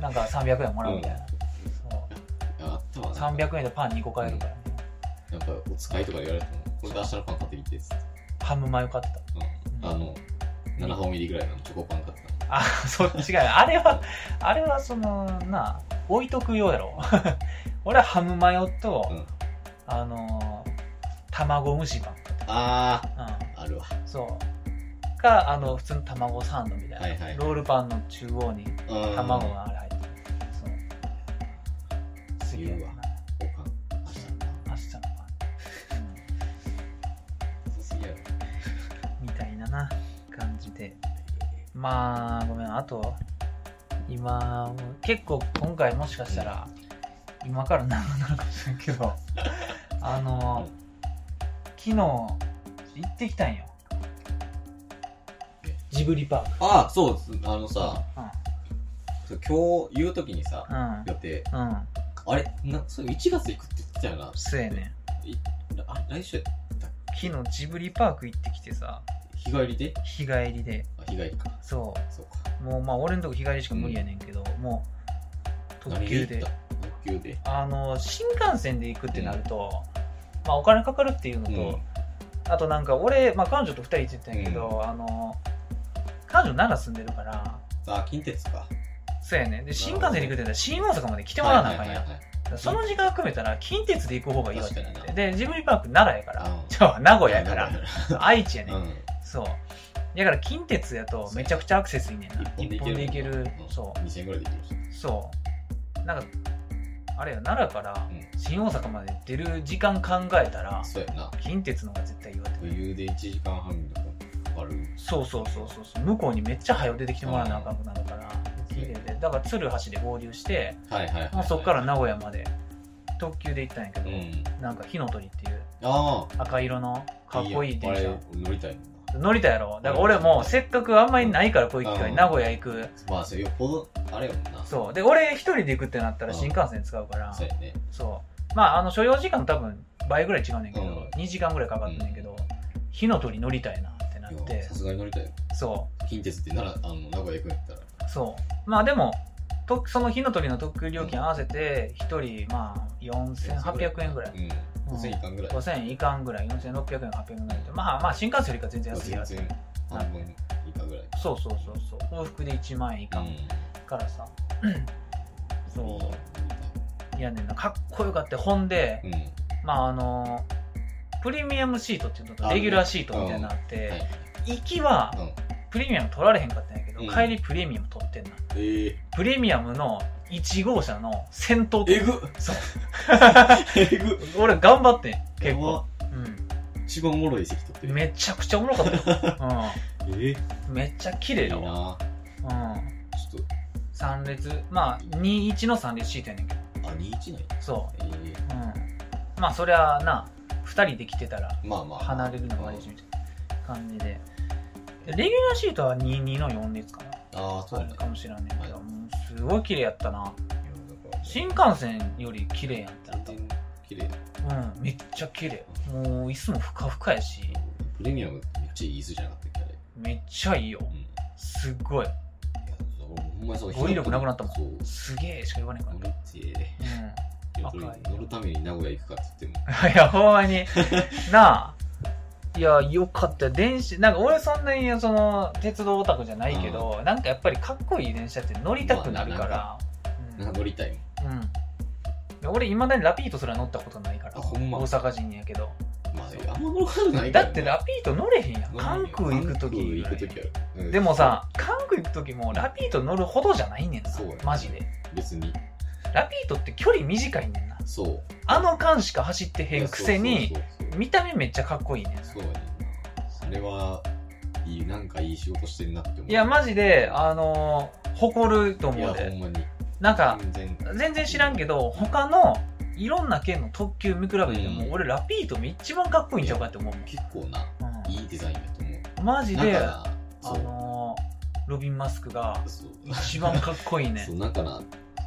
なんか300円もらうみたいな。いやあっそたわ。う。なんか300円でパン2個買えるから、やっぱお使いとかで言われても、これで明日のパン買ってきてっつって、ハムマヨ買ってた。うん、あの、7本入りぐらいのチョコパン買ってあ、そっちが、あれは、あれはその、なあ、置いとくようやろ。 <laughs> 俺はハムマヨと、うんあのー卵蒸しパン。た。あうんあ、あるわ。そう。か、あの、普通の卵サンドみたいな。はいはいロールパンの中央にうん卵があれ入ってる。そう。すげえ言うなわ。おかん。明日のパン。明日のパン。そうすぎやろ。うんみたいなな、感じで。まあ、ごめん、あと、今、結構今回もしかしたら、今から長くなるかもしれんけど、 <laughs> あの、昨日、行ってきたんよえ。ジブリパーク。ああ、そうです。あのさ、そう今日言うときにさ、うん。予定、うん。うん。あれな、そう1月行くって言ってたよな。そうやねん。いあ、来週、昨日ジブリパーク行ってきてさ日帰りで日帰りであ、日帰りか。そそうか。うもうまあ俺のとこ日帰りしか無理やねんけど、もう特急で何行った特急で。あの新幹線で行くってなると、まあお金かかるっていうのと、あとなんか俺、まあ、彼女と2人で行ってたんやけど、あの彼女奈良住んでるからあ、近鉄か。そうやねんで新幹線で行くってなったら新大阪まで来てもらわなあかんやん、はいはいはいはいその時間含めたら近鉄で行く方がいいわけじゃ確かでジブリパーク奈良やから、うんじゃあ名古屋やから名古愛知やねん屋うん。そう。だから近鉄やとめちゃくちゃアクセスいいねんな。一本で行ける。そ2000円ぐらいで行けるしう。そう。なんか、あれよ、奈良からう新大阪まで出る時間考えたらん。、そうやな。近鉄の方が絶対いいわって。余裕で1時間半とかかかる。そうそうそうそうそう。向こうにめっちゃ早う出てきてもらわなあかんくなるから。うんいいねんでだから鶴橋で合流して、はいはいはい、まあ、そこから。名古屋まで特急で行ったんやけうど、ん。なんか火の鳥っていうあ赤色のあ。かっこいい電や車んあ。れ、乗りたいもんな。乗りたやろ。だから俺もせっかくあんまりないからこういう機会うんに名古屋行く。まあ、それよっぽど、あれやもんな。そう。で、俺一人で行くってなったらうん新幹線使うから、そうやね。そう。まあ、あの、所要時間多分倍ぐらい違うねんけど、うん2時間ぐらいかかってんねんけど、火の鳥乗りたいなってないっいやてさ、すがに乗りたいよ。そ近鉄ってなら、あの、名古屋行くんやったら。う、そう。まあでも、とその火の鳥の特急料金合わせて、一人、まあ、4800円ぐらい。うん。5000いかんぐらい。 5000円いかんぐらい、4600円、800円ぐらいで。まあまあ、新幹線よりか全然安い全やつ。然半分以下ぐらい。そうそうそうそう。往復で1万円いかんからさ。そ。そういやねんな、かっこよかった。ほんで、うん。うん。まああのプレミアムシートっていうのとレギュラーシートみたいなのあって、はい。行きはうん。プレミアム取られへんかったんやけど、うん帰りプレミアム取ってんなええ。プレミアムの1号車の先頭えぐっそうえぐっ俺頑張ってん結や構ば、一番おもろい席取ってうん、る。めちゃくちゃおもろかったよ、ええ。うん、めっちゃ綺麗いいだわなうんちょっ3列まあ21の3列シートやねんけどと、あ、21ないそええ。う、うん、まあそりゃあな2人で来てたらまあまあ。離れるのが大事みたいな感じでレギュラーシートは22の4列かなああ、そうあだるね。かもしれないけど、はもうすごい綺麗やったないやなんか新幹線より綺麗やった全然綺麗。うんめっちゃ綺麗もう椅子もふかふかやしプレミアムってめっちゃいい椅子じゃなかったっけあれ。めっちゃいいようん。いすっごいや、そうほんまにそう。語彙力なくなったもんそう。すげえしか言わねえから乗れて、赤い乗るために名古屋行くかって言っても。うん <laughs> いやほんまになあいやよかったよ電車なんか俺そんなにその鉄道オタクじゃないけど、なんかやっぱりかっこいい電車って乗りたくなるから、まうんなんか乗りたいもん。うん。俺、いまだにラピートすら乗ったことないから、あほんま大阪人やけど。まあ、あんま物語ないかだらね。ってラピート乗れへんやんな関い空行よく関空時行く時ある。うんでも、さ関空行く時もラピート乗るほどじゃないねんなそうやねマジで別に。ラピートって距離短いねんなそう。あの間しか走ってへんくせいにや。そうそうそう見た目めっちゃかっこいいねんそうやねんな。それはいい、なんかいい仕事してるなって思う。いやマジであのー誇るとい思や、うほんでまに。なんか全然。全然知らんけど他のいろんな県の特急見比べても、うん俺ラピートも一番かっこいいんちゃうかって思うもん結構な、いいデザインだと思う。うん、マジだかであら、そう。のーロビン・マスクがそう。一番かっこいいね <laughs> そう、だから、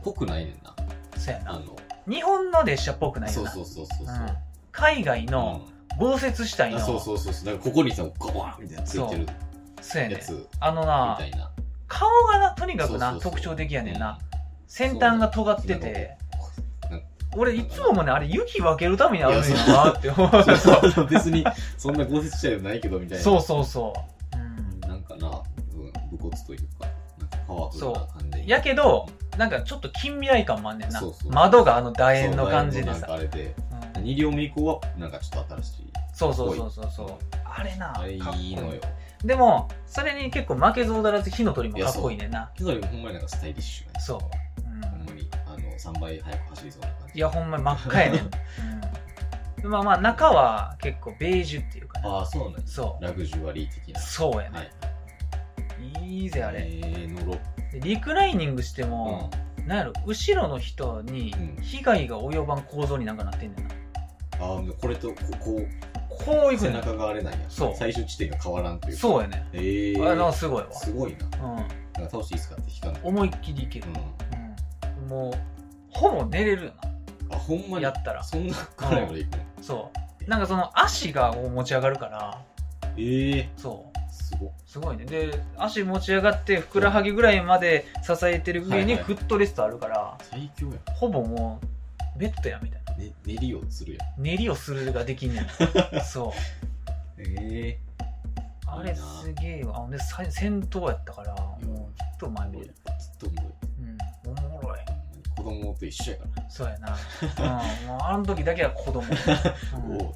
ぽくないねんな。そうやあなの、日本の列車っぽくないよそうなそうそうそうそう。うん海外のうん豪雪地帯の、あそうそうそうそうなんかここにさゴワーンみたいなついてるそうやねやんつみあのなたいな顔がなとにかくなそうそうそう特徴的やねんな、先端が尖っててなんか俺いつももねあれ雪分けるためにあるんやいやなって思うそうそそう別にそんな豪雪地帯でもないけどみたいなうそうそう、うんなんかな、うん、武骨というかなんかパワフルな感じやけどなんかちょっと近未来感もあんねんなそうそう窓があの楕楕円の感じでなんかさあれでうん2両目以降はなんかちょっと新しいそうそうそうそうそうあれなあれかっこいいのよでもそれに結構負けず劣らず火の鳥もかっこいいねんなけどほんまになんかスタイリッシュなそう、うほんんまにあの3倍速く走りそうな感じいやほんまに真っ赤やねん、うん、まあまあ中は結構ベージュっていうかなああそうなんですそラグジュアリー的うなそうやはね、いい、いぜあれ、えーのろでリクライニングしてうんも、なんやろ後ろの人にうん被害が及ばん構造になんかなってんねんなああこれとここうこういく背ねん中があれなんやそう最終地点が変わらんというかそうやねえー、あのすごいわ、すごいなうなんか倒していいですかって聞かないん、思いっきりいけるう、んうん、もうほぼ寝れるよあほんまなにやったらそんな辛いまでいくのそうなんかその足がこう持ち上がるからええそうー、すごっすごいねで足持ち上がってふくらはぎぐらいまで支えてる上はいにはいフットレストあるから、最強やほぼもうベッドやみたいなね練りをするやん練りをするができんね <laughs> んそうえあれすげえわあほんでさ先頭やったからもえー、うちょっと前おも見ろいるずっとおうんおもろいもろいほんまに子供と一緒やかそう <laughs> やな、うん、もうあの時だけは子供、ら、うんおお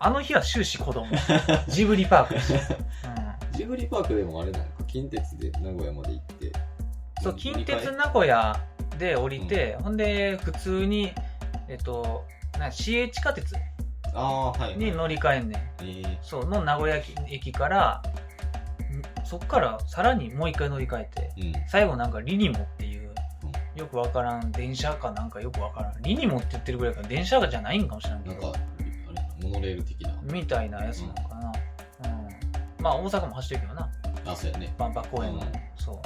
あの日は終始子 <laughs> 供ジブリパークやし、うジブリパークでもあれなんか近鉄で名古屋まで行ってん、そう近鉄な名古屋で降りて、ほんで普通にえっとな市営地下鉄ああーはいに乗り換えんねんえー、そうの名古屋駅からんそっからさらにもう一回乗り換えてうん最後なんかリニモっていううよくわからん電車かなんかよくわからんリニモって言ってるぐらいから電車じゃないんかもしれんけなんどかあれなモノレール的なみたいなやつなのかな、うんまあ大阪も走ってるけどなあそうやね万博公園の、うんそう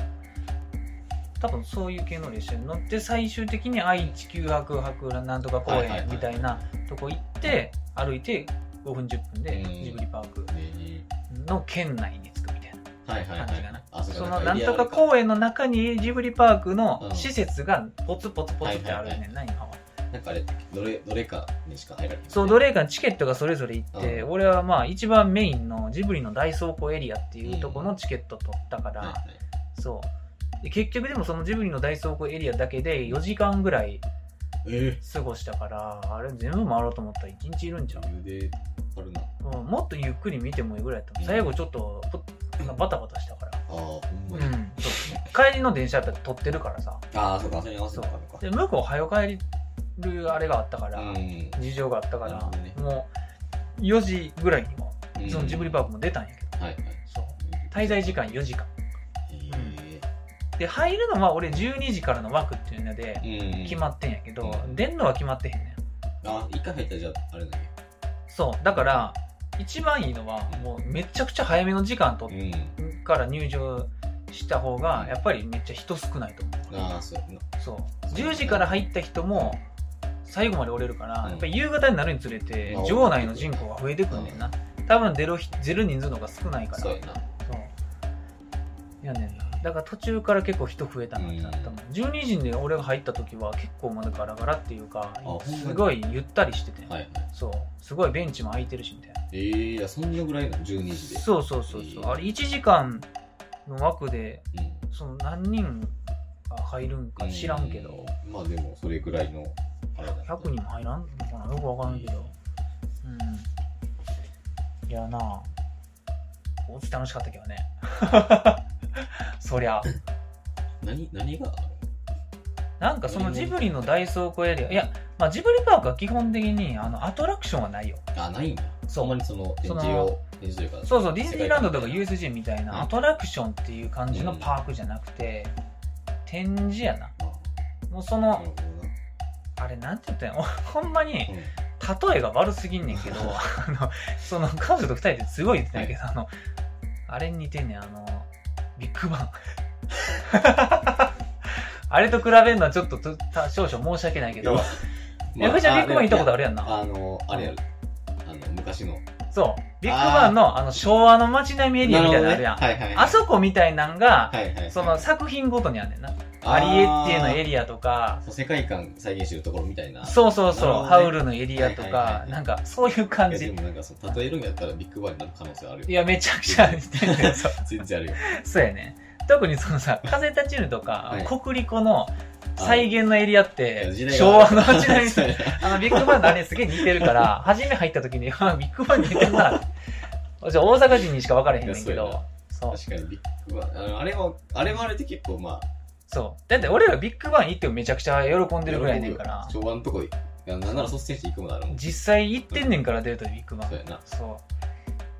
多分そういう系の列車に乗って最終的に愛・地球博博なんとか公はいはいは園いみたいなとこ行って歩いて5分10分でジブリパークえの県内に着くみたいなー、はいはいはい感じかなあそそうのかなんとかう公園の中にジブリパークのうん施設がポツポツポツってあるねんな、今は。なんかあれ、どれ、どれかにしか入らない、そう、どれかチケットがそれぞれ行って、うん俺はまあ一番メインのジブリの大倉庫エリアっていうとこのチケット取ったから、はいはいそう。で結局でもそのジブリの大倉庫エリアだけで4時間ぐらいえ過ごしたから、あれ全部回ろうと思ったら1日いるんーじゃん。余裕であるな。うん、もっとゆっくり見てもいいぐらいだった。うん最後ちょっとぽバタバタしたから。ああ、ほんうまんに。、そう帰りの電車やったら撮ってるからさ。ああ、そうか、それに合わせたのか。で向こう早帰るあれがあったから、うん。事情があったかなるほどねらもう4時ぐらいにはうんそのジブリパークも出たんやけど、はいはい。そう滞在時間4時間へで入るのは俺12時からの枠っていうのでえ。うん。決まってんやけど、うん出んのは決まってへんねんあ、一回入ったらじゃあ、あれだね。そうだから一番いいのはもうめちゃくちゃ早めの時間とうん。から入場した方がやっぱりめっちゃ人少ないと思うああ、そうやな。そう10時から入った人も最後まで折れるから、うんやっぱり夕方になるにつれてまあ場内の人口が増えてくんねんな、多分出るひ出る人数の方が少ないからそうやな。そうやねんなだから途中から結構人増えたなってなったもん、12時に俺が入った時は結構まだガラガラっていうかほんまにすごいゆったりしてて、はいはい。そうすごいベンチも空いてるしみたいなええ、いや、そんなぐらいなの、12時で。そうそうそういいそうねあれ1時間の枠でうん。その何人が入るんか知らんけど、うん。まあでも、それぐらいの、あれだね100人も入らんのかなよくわからんけど、うん、いやなあ大津楽しかったけどね <laughs> そりゃ何、何があるなんかそのジブリのダイソー超えるいや、まあ、ジブリパークは基本的にあのアトラクションはないよあ、ないんだ。そうあんまりその、展示を、展示というか。そうそうディズニーランドとかう。 USJ みたいうんなアトラクションっていう感じのパークじゃなくて、展示やなあもうそなのるほどな。あれなんて言ったんや <laughs> ほんまにうん例えが悪すぎんねん <laughs> けどあのその彼女と二人ですごい言ってたんやけど、あのあれに似てんねんあのビッグバン <laughs> あれと比べるのはちょっととた少々申し訳ないけどいやまあえふちゃんビッグバン行ったことああるやんなあの、あれやる。あの、昔の。そうビッグバンのあの昭和の街並みエリアみたいなのあるやん、なほどねはいはいはい。あそこみたいなんが、はいはいはい。その作品ごとにあんねんなあー、アリエッティのエリアとかそう世界観再現してるところみたいな。そうそうそう、なるほどねハウルのエリアとか、はいはいはいはいなんかそういう感いやじでもなんかその、例えるんやったらビッグバンになる可能性あるよ。いや、めちゃくちゃ <laughs> 似てるねそう全然あるよ。そうやね。特にその <laughs> さ、風立ちぬとか、はい国立の再現のエリアっあての時、代が昭和の街並み <laughs> そうやあなの、ビッグバンのあれすげえ似てる <laughs> から、初め入った時に、あビッグバン似てるな。 <laughs> じゃあ大阪人にしか分からへんねんけいやそうやど。そう。確かにビッグバン。あのあれは、あれはあれで結構まあ、そう。だって俺らビッグバン行ってもめちゃくちゃ喜んでるぐらいねんから。昭和のとこ、なんなら率先して行くもんあるもん。実際行ってんねんから、デートでビッグバンそう。やな。そ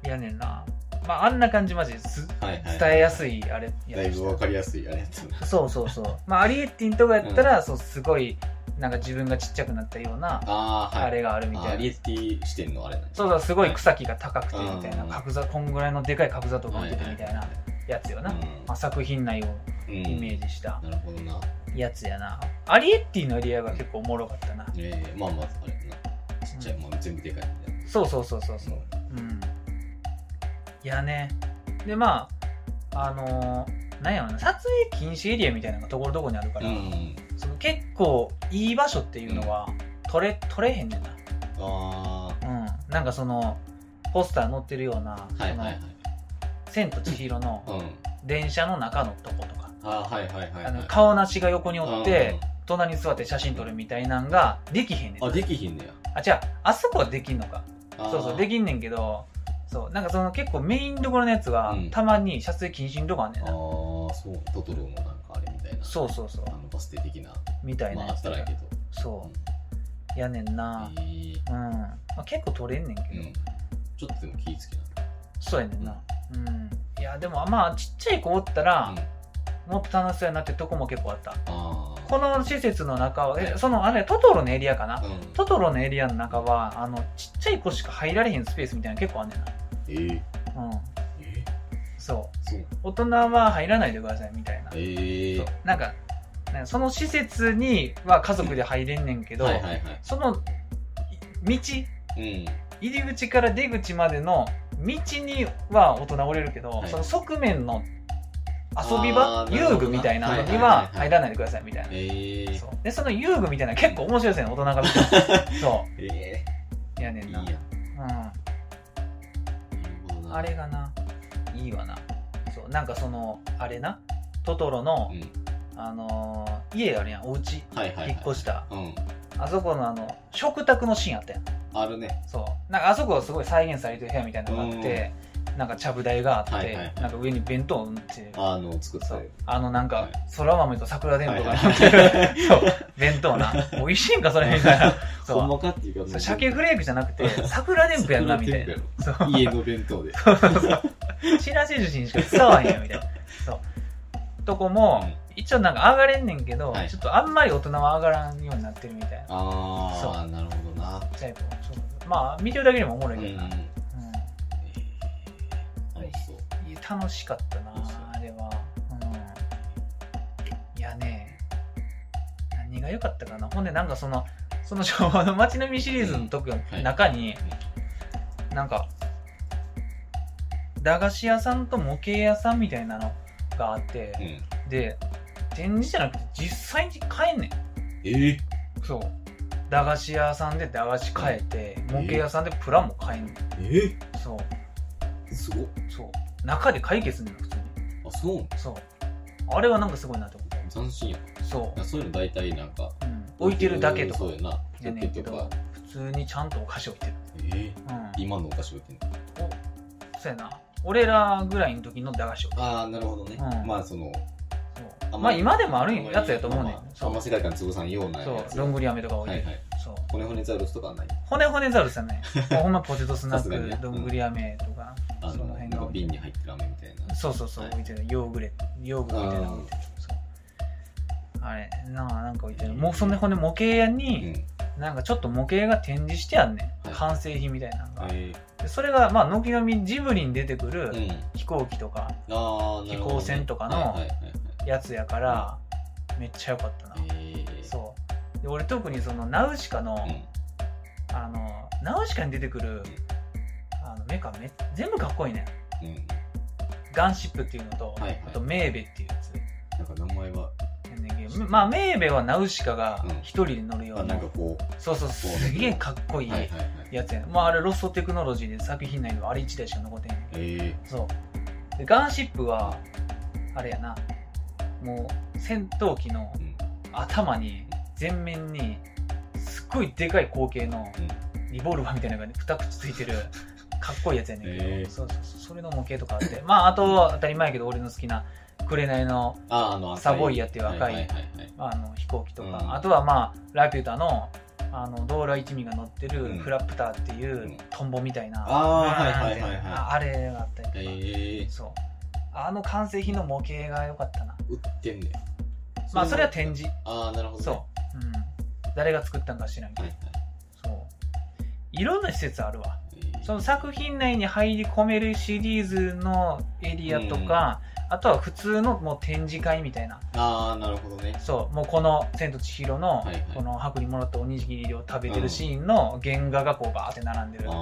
う。いやねんな。まあ、あんな感じマジですはいはい。伝えやすい、あれやだでいしたぶわかりやすいあれやつ。そうそうそう。まあ、アリエッティンとかやったら、そう、すごい、なんか自分がちっちゃくなったような、ああ、はい。あれがあるみあたアいリな。エッティ視点のあれなんそうだ、すごい草木が高くて、みたいな。うん角座、こんぐらいのでかい角座とかはい出てみたいなやつよな。まあ、作品内をイメージしたうん。なるほどな。やつやな。アリエッティのエリアが結構おもろかったな。ええ、まあまあ、あれやな。ちっちゃい、まあ全部でかいみたいな。そうそうそうそうそう。うん。いやね。で、まあ、あのーなんやろな、撮影禁止エリアみたいなのがところどころにあるかうら、ん。その結構いい場所っていうのは取れ取れへんねんな、あうん、なんかそのポスター載ってるような「あ、はいはいはいそ。の千と千尋」うのん。電車の中のとことか、ああ、はいはいはい。あのはい顔なしが横におっ、うてん隣に座って写真撮るみたいなんができへんねんあ、できひんねや。あ違うあそこはできんのかあーそうそうできんねんけどそうなんかその結構メインどころのやつは、うんたまに撮影禁止のとこあんねんああな、そう、トトロのなんかあれみたいな。そうそうそうあのバス停的な。みたいまなあ、あやっつたらやけど。そうやねんな、うんええうんまあ、結構取れんねんけうど、んちょっとでも気ぃつけな。そうやねんな。うん。いや、でもまあ、ちっちゃい子おったらうん、あもっと楽しそうやなってとこも結構あった。あ。この施設の中は、はえいその、あれ、トトロのエリアかな。うんトトロのエリアの中は、あの、ちっちゃい子しか入られへんスペースみたいなの結構あんねんええな。うん。ええそう。そう大人は入らないでくださいみたいな。ええそうなんか、ねその施設には家族で入れんねんけど、はいはいはい。その、い道うん。入り口から出口までの道には大人おれるけど、はいその側面の遊びあ場ーなるほど遊具みたいなのにはいはいはいははい入らないでくださいみたいな、ええそうでその遊具みたいなの結構面白いですよね大人が見た <laughs> らそええういやねいんいなや。なるほどうん、な。あれがないいわなそうなんかそのあれなトトロのう、ん。あのー家あるやんお家はいはいはい。引っ越したうん。あそこのあの食卓のシーンあったやんあるね。そうなんかあそこはすごい再現されてる部屋みたいなのがあって、なんかちゃぶ台があって、はいはいはいなんか上に弁当を売ってるあの、作ったそよう。あのなんかはい空豆と桜伝統がなってる、はいはい <laughs> そう弁当な美味しいんかそれみたい <laughs> なそほんうまかっていうか、そう鮭フレークじゃなくて桜伝統やんなみた <laughs> いなそ桜う家の弁 <laughs> 当で。知らせ寿司にしか使わへんやみたいなそうとこも、うん一応なんか上がれんねんけど、はいちょっとあんまり大人は上がらんようになってるみたいなああ、なるほどな。ちっちゃい子そうまあ見てるだけでもおもろいけどな、うんうんええ楽しそう。いや楽しかったなそうそうあれは、うん、いやね何が良かったかなほんでなんかそのその昭和の街並みシリーズの特のはい中に、なんか駄菓子屋さんと模型屋さんみたいなのがあって、うん。で展示じゃなくて実際に買えんねんええそう駄菓子屋さんで駄菓子買えて、模型屋さんでプラも買えんねんえそうえすごっ。そう中で解決すんねん普通にあ、そうそう。あれはなんかすごいなと思斬新や。う。そなそういうの大体なんか、う。うん、置いてるだけとかそうやな。やねんけだけとかど、普通にちゃんとお菓子置いてる。ええうん。今のお菓子売ってんのおそうやな俺らぐらいの時の駄菓子をああ、なるほどね。うんまあ、その、そうあんままあり今でもあるんややつやと思うねんまあまあそあんまう世界観潰さんようなやそうつ。どんぐり飴とか置いはているはい。そう骨骨ザウルスとかはない。骨骨ザウルスや <laughs> ねもうほんまポテトスナさすがにッねクどんぐり飴とかあその、のな辺んがか瓶に入ってる飴みたいな。そうそうそうはい置いてるヨーグレヨーグルトみたいなの置いてるそうあれなあなんか置いてるもうそんでほんで模型屋うにん。なんかちょっと模型が展示してやんねんはい完成品みたいなのがはい。でそれがまあ軒並みジブリに出てくるうん。飛行機とかああ、なるほどね飛行船とかのはいはいはいやつやからめっちゃ良かったなはい。ええ。そうで俺特にそのナウシカの、うん。あのナウシカに出てくるあのメカめ全部かっこいいねうん。ガンシップっていうのと、はいはいあとメーベっていうやつなんか名前は、やんねんけどまあメーベはナウシカがうん一人で乗るようあな,、なんかこそうそうこうすげえかっこう、いいはいはいはい。やつやねん、まあ、あれロストテクノロジーで作品内ではあれ1台しか残ってへんねんけえどそうでガンシップはあれやなもう戦闘機のえ。うん。頭に全面にすっごいでかい光景のうんリボルバーみたいなのが2口ついてるかっこいいやつやねんけど、えーそうそうそうそれの模型とかあってまああと当たり前やけど俺の好きな「紅のあー、あの、赤サボイヤ」っていう赤い、はいはいはいはい。あの飛行機とか、うんあとはまあラピュタのあのドーラ一味が乗ってうるんフラップターっていううんトンボみたいな、あーバーンはっいてはいはいはいああれがあったりとか、ええ。そうあの完成品の模型が良かったな売ってんねやまあそれは展示ああ、なるほどね。そう、うん、誰が作ったんか知らんけど、はいはい。そういろんな施設あるわええその作品内に入り込めるシリーズのエリアとか、あとは普通のもう展示会みたいなああ、なるほどね。そうもうこの「千と千尋の」はいはいこの白にもらったおにぎりを食べてるシーンの原画がこうバーって並んでる、ああ、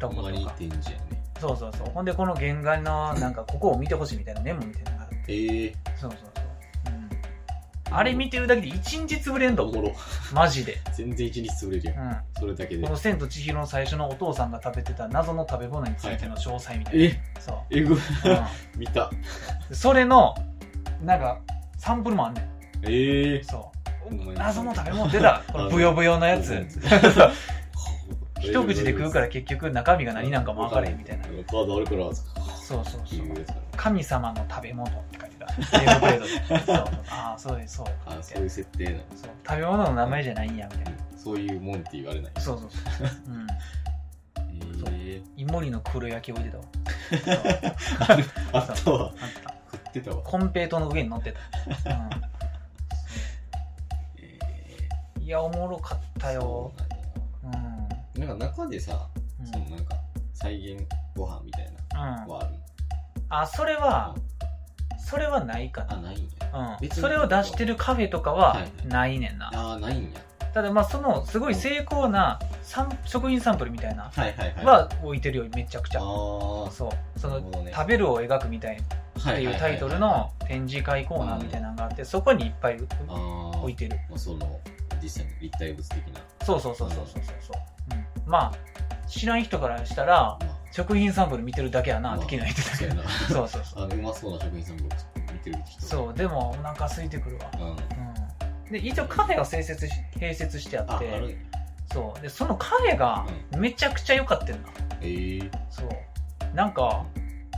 どほんことまかに展示やね。そうそうそうほんでこの原画のなんかここを見てほしいみたいなメモみたいなのがあってええ。そうそうそう、うん、あれ見てるだけで1日潰れんおともろ。マジで、全然一日潰れるうやん。ん、それだけでこ。の「千と千尋」の最初のお父さんが食べてた謎の食べ物についての詳細みたいな、え、そう、えぐ。う見た。ん、それのなんかサンプルもあんねんええ。そうほんまに謎の食べ物出たこのブヨブヨのやつあの <laughs> 一口で食うから結局中身が何なんかも分からへんみたいなカードあるから、っそうそうてそういうやつか神様の食べ物って書いてたゲームプレイドでそうああそうですそうら。あみたいそういなう設定なの。そう食べ物の名前じゃないんやみたいなそういうもんって言われない。そうそうそう、うん、ええ。イモリの黒焼き置いて <laughs> たわそうあったわ。あった食ってたわ。コンペイトの上に乗ってた、えうん、いやおもろかっえ。たよそうなんや。うんなんか中でさ、うんそのなんか、再現ご飯みたいなうん、はあるあそれはそれはないかあ、ないんや。な、うん、別にそれを出してるカフェとかははいはいないねんな、あー、ないんや。ただまあそのすごい精巧なサン食品サンプルみたいなはいはいはい。は置いてるよめちゃくちあゃー、そうそなのるほ「どね食べるを描く」みたいっはていいはうはタイトルの展示会コーナーみたいなのがあってそこにいっぱいあ置いー、てるまあ、その、実際の立体物的な。そうそうそうそうそうそうそう、うん、まあ知らん人からしたらまあ、食品サンプル見てるだけやな、まあできないってだそけう <laughs> やな。そうそうそう <laughs> あの、うまそうな食品サンプルを見てる人。う。そうでもお腹空いてくるわ、うん。うん、で一応カフェが併設し併設してああ、っあてるんや。そうでそのカフェがめちゃくちゃ良かったんだえー。そうなんか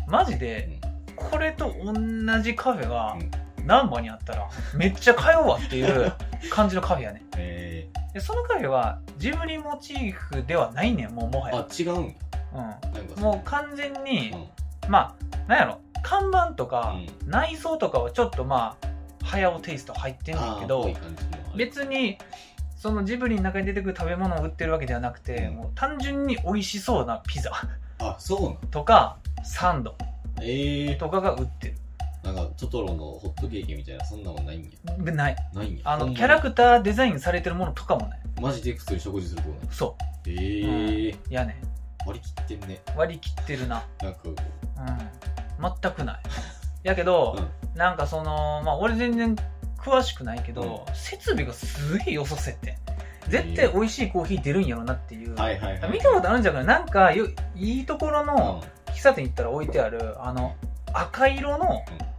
マジうでんこれと同じカフェがうん難波にあったらめっちゃ通うわっていう感じのカフェやねえでそのカフェはジブリモチーフではないねんもうもはー。あや、、違うんや。うなんかん、もう完全に、うん。まあなんやろ看板とか、うん内装とかはちょっとまあ早尾テイスト入ってんねんけあーぽどい感じのあれ別にそのジブリの中に出てくる食べ物を売ってるわけではなくて、うんもう単純に美味しそうなピザあ、そうなんとかサンドええ。とかが売ってるなんか、トトロのホットケーキみたいな、そんなもんないんや。でないないんや。あほんのまにキャラクターデザインされてるものとかもないマジで普通に食事するとこない。そええー。うやね割り切ってんね。ん割り切ってるななんかこう、うん全 <laughs> くないやけど、なんかそのまあ俺全然詳しくないけど、設備がすげえよそせってん絶対美味しいコーヒー出るんやろなっていう、はいはいはい。見たことあるんじゃないなんかよいいところの喫茶店行ったら置いてあるあの赤色のうん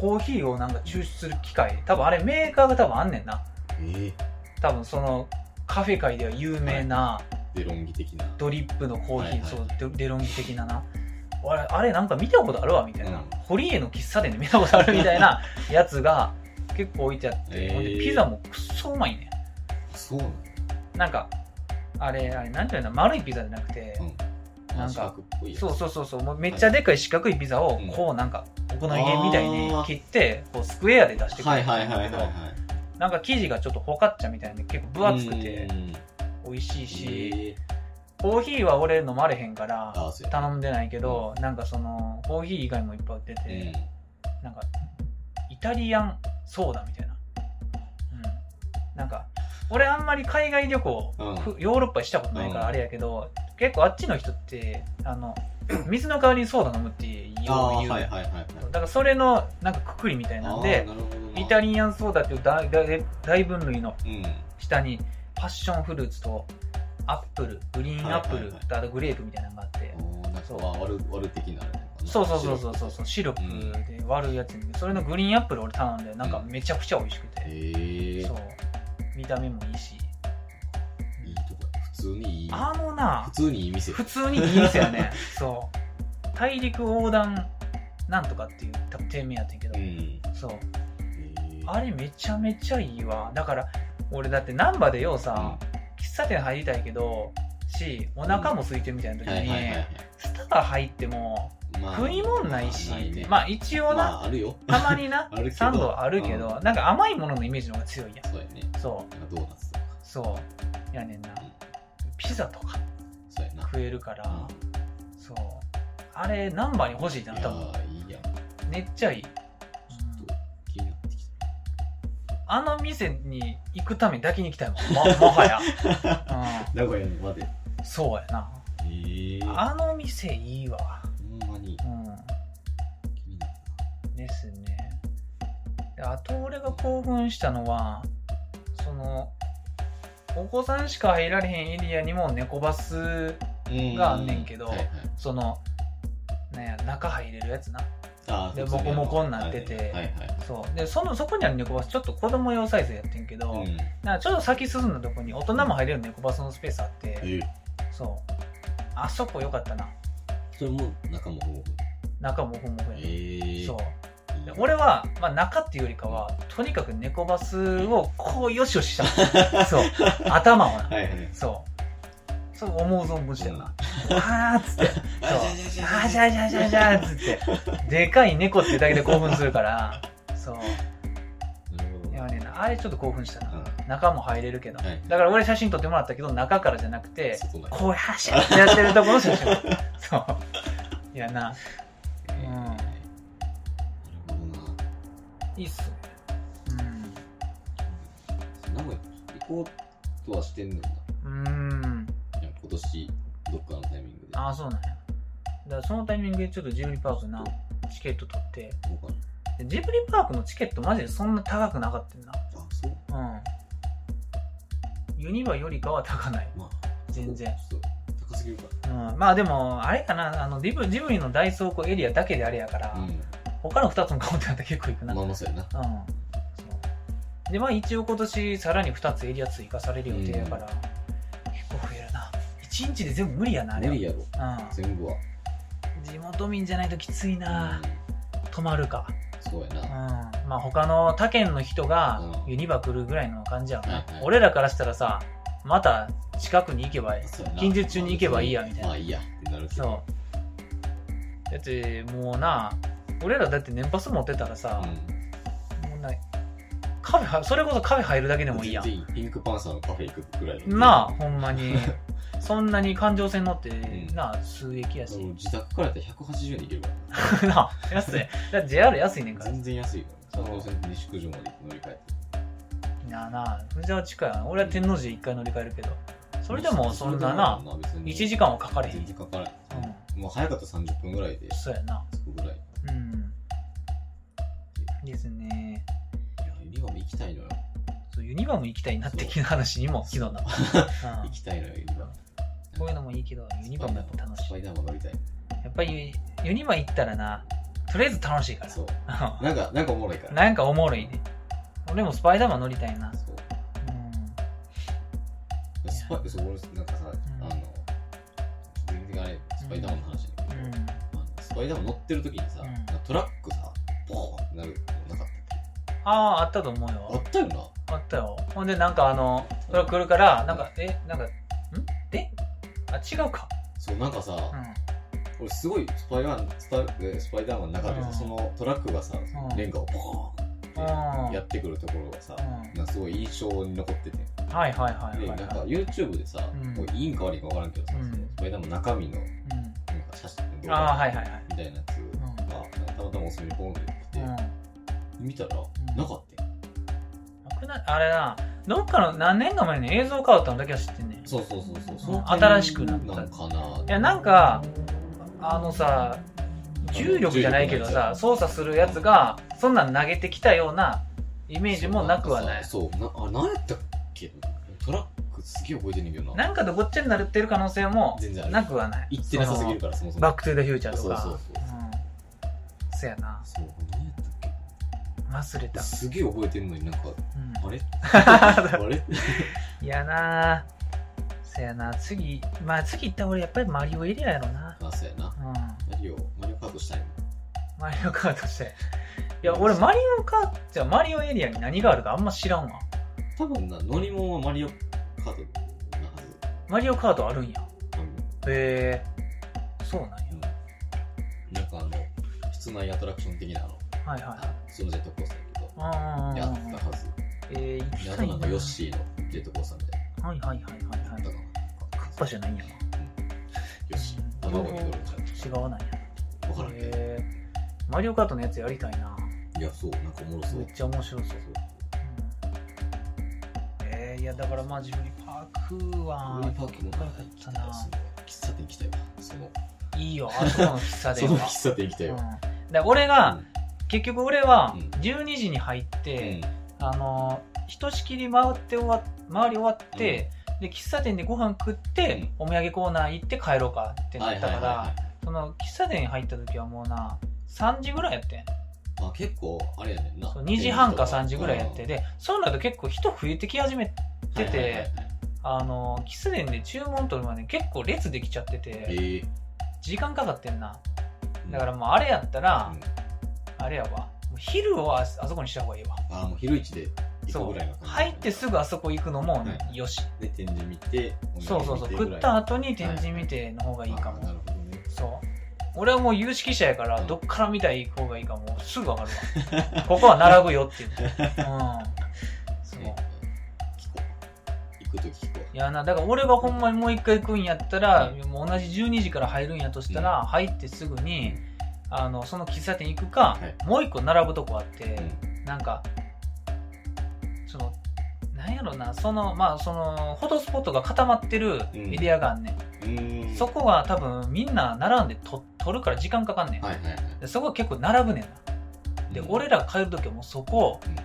コーヒーをなんか抽出する機械多分あれメーカーが多分あんねんなうん。ええ多分そのカフェ界では有名なデロンギ的な。ドリップのコーヒー、はいはいそうデデロンギ的ななあれあれなんか見たことあるわみたいな、うん堀江の喫茶店で見たことあるみたい <laughs> なやつが結構置いてあって、へーほんでピザもくっそうまいねそうなのなんかあれあれなんていうの丸いピザじゃなくて、うん。なんか四角っぽいやつそうそうそうそうもうめっちゃでかい四角いピザをうんこうなんかお好みでみたいに切ってこうスクエアで出してくはれいるんはいだはいはけどいはい。なんか生地がちょっとホカッチャみたいで結構分厚くてうん、美味しいし、えーコーヒーは俺飲まれへんからあそうや頼んでないけど、なんかそのコーヒー以外もいっぱい売ってうてん、なんかイタリアンソーダみたいな、うん、なんか俺あんまり海外旅行、うんふヨーロッパしたことないかうんらあれやけど、結構あっちの人ってあの <clears throat> 水の代わりにソーダ飲むってよう言うああ、はいのはいはいはい。だからそれのなんかくくりみたいなんであーなるほどなイタリアンソーダっていう大大大分類のうん。下にパッションフルーツとアップルグリーンアップはいルはいはいとあとグレープみたいなのがあって、おーなんかそう割る割る的なあれなのかなそうそうそうそうそうそうシロうんップで割るやつに、それのグリーンアップル俺頼んでなんかめちゃくちゃ美味しくて、へえそう見た目もいいしいいとこ普通にいいあの普な通にいい店普通にいいですよねそう大陸横断なんとかっていう多分店名やってんけど、うんそうへーあれめちゃめちゃいいわだから俺だって難波でようさ、喫茶店入りたいけどしお腹も空いてるみたいな時はいはいに、はいはいスタバ入ってもまあ食いもんないし、まあねまあ一応な、まああるよたまに <laughs> なあるけどサンドはあるけど、なんか甘いもののイメージの方が強いやそうやねんそなんかドーナツとかうそうやねんなうんピザとかそうやな食えるから、うんそうあれナンバーに欲しいってないったもんやーいいやんちょめっちゃいい、っと気になってきたあの店に行くためだけに行きたいもんももはや、名古屋までへうん、そうやなえほあの店いいわんまにう気になるんですねであと俺が興奮したのはそのお子さんしか入られへんエリアにも猫バスながあんねんけどうはいはいそのなんや中入れるやつなあーで普通にモコモコになっててはいはいはいそうでそのそこにある猫バスちょっと子供用サイズやってんけど、うんなんかちょっと先進んだとこに大人も入れる猫バスのスペースあって、えそうあそこよかったなそれも中もほぼほぼ中もふもふやへね、ーそういいでな俺は、まあ、中っていうよりかはとにかく猫バスをこうよしよしした <laughs> そう頭をな、はいはいそうそう思う存分したよな、あーっつってそうじあーじゃあじゃあじゃあじゃあっつってでかい猫っていうだけで興奮するからそうなるほどいねやねあれちょっと興奮したうんな中も入れるけど、はいだから俺写真撮ってもらったけど中からじゃなくて外なんやこう走ってやってるところの写 <laughs> 真そういやなえーなるほどないいっすね名古屋行こうとはしてんねんなうんうーんいや今年どっかのタイミングでああそうなんやだからそのタイミングでちょっとジブリパークなチケット取って行こうかでジブリパークのチケットマジでそんな高くなかったよなあそうなうんユニバよりかは高ないまあ全然ちょっと高すぎるかうん、まあでも、あれかな、あのジブジブリのダイソーコエリアだけであれやから、うん他の2つもカウンターって結構いくな。まあまあそうやうなん。そうで、まあ一応今年さらに2つエリア追加される予定やから、結構増えるな。1日で全部無理やな、あれ無は。理やろう全部はん。地元民じゃないときついな。うん泊まるか。そうやうんな。まあ他の他県の人がうんユニバ来るぐらいの感じやろなはいはい。俺らからしたらさ、また近くに行けばいい。そうやな近日中に行けばいいやみたいなまあいいやってなるけどそう。だってもうな、俺らだって年パス持ってたらさ、うんもうない。カフェは、それこそカフェ入るだけでもいいやん。全然ピンクパンサーのカフェ行くぐらいのなあ、ほんま <laughs> に。そんなに環状線乗って、なあ、数駅やあのし。自宅からやったら180円で行けるか <laughs> らなあ、安い。だって JR 安いねんから。全然安いよ。三号線と西九条まで乗り換えなあなあ、藤沢近いわ俺は天王寺一回乗り換えるけど。て。それでもそんなな、1時間間はかかれへん。全然かからう。なんい。もう早かったら30分ぐらいでそうやな。着くぐらい。いうん。ですね。や、ユニバも行きたいのよ。そうユニバも行きたいなっていう話にも昨日 <laughs> な。う行んきたいのよ、ユニバ。こういうのもいいけど、ユニバもやっぱ楽しスいパ。イダーマン乗りたい。やっぱりユニバ行ったらな、とりあえず楽しいかそう。ら。なんか、なんかおもろいから。 <laughs> なんかおもろいね。俺もスパイダーマン乗りたいな。そう。うん。ススパイそう俺なんかさ、うんあの全然あれスパイダーマンの話だけど、あのスパイダーマン乗ってる時にさ、うんなんかトラックさボーンってなるのなかったっあああったと思うけあよったよなあったよほんでなんかあのそれ来るからなんかえなんかんであ違うかそうなんかさ、うん俺すごいスパイダーマンスパイスパイダーマンの中でさ、うんそのトラックがさ、んレンガをボーンってやってくるところがさ、うんなんかすごい印象に残ってて、はいはいはいではなんいかはい YouTube でさ、うんこういいんか悪いんか分からんけどさ、うんそのスパイダーマンの中身のなんうか写真動んああ画はいはいはいみたいなやつが、なんかたまたまおすすめにボーンってう出てきて、ん見たら、んなかったよなくなあれなどっかの何年か前に映像変わったのだけは知ってんねんいそうそうそうそう、そうん新しくなったなんかなやなんかあのさ重力じゃないけどさ操作するやつがそんなん投げてきたようなイメージもなくはないそうなんかさそうなあ何やったっけトラックすげえ覚えてんねんけどななんかとごっちゃになるってる可能性も全然あるなくはない行ってなさすぎるからそもそそのもバック・トゥ・ザ・フューチャーとかそうそうそううんそやなそう何やったっ忘れけた、すげえ覚えてんのになんかあれう <laughs> あれん、いやなそやな次まあ次行ったら俺やっぱりマリオエリアやろなあそうやなうんマリオマリオカートしたいもんマリオカートしていや俺マリオカートじゃあマリオエリアに何があるかあんま知らんわ多分な乗り物はマリオカートなはずマリオカートあるんや多分へえそうなんやうんなんかあの室内アトラクション的なあのはいはいはいそのジェットコースターやけどあやったはずえー、行きであたといななんかヨッシーのジェットコースターみたいはいはいはいはいはいなのあったかなカッパじゃないんやなよし、卵に乗るんちゃ違うなんやうわからんけど。へえマリオカートのやつやりたいないや、そう、なんかおもろそう。めっちゃ面白そうそううんえー、いやだからまあジブリパークは俺パークもよか行っきたたいわなその喫茶店行きたいわ。その、いいよあそこの喫茶 <laughs> そ店のは喫茶店行きたいうんわ。だから俺が、うん結局俺はうん12時に入っうて、んあのひとしきり回って終わ回り終わって、で喫茶店でご飯食って、お土産コーナー行って帰ろうかってなはっいたはいかはいはらその喫茶店に入った時はもうな3時ぐらいやってんい。あ、結構、あれやねんな。そう2時半か3時ぐらいやっうてんでそうなると結構人増えてき始めてはいはいはいてあの喫茶店で注文取るまで結構列できちゃっててええ。時間かかってんなだからうん、もうあれやったらうんあれやわもう昼をああそこにした方がいいわあ、もう昼一で行そくうぐらいの感じ。入ってすぐあそこ行くのもはいよし、で、展示見て、そうそうそうお土産見てぐ食らっいた後に展示見ての方がいいかも、あなるほどね。そう俺はもう有識者やからうんどっから見たらいい方がいいかもうすぐ分かるわ <laughs> ここは並ぶよっていううんそうね聞こう。行くとき聞こう。いやなだから俺がほんまにもう一回行くんやったら、うもう同じ12時から入るんやとしたら、入ってすぐに、あのその喫茶店行くか、はいもう一個並ぶとこあって、うんなんかそのなんやろなそのまあそのフォトスポットが固まってるうんエリアがあんねん、うーん。そこは多分みんな並んでと撮るから時間かかんねん、はいはいはい。でそこは結構並ぶねんなで、うん俺ら帰る時はもうそこ、うん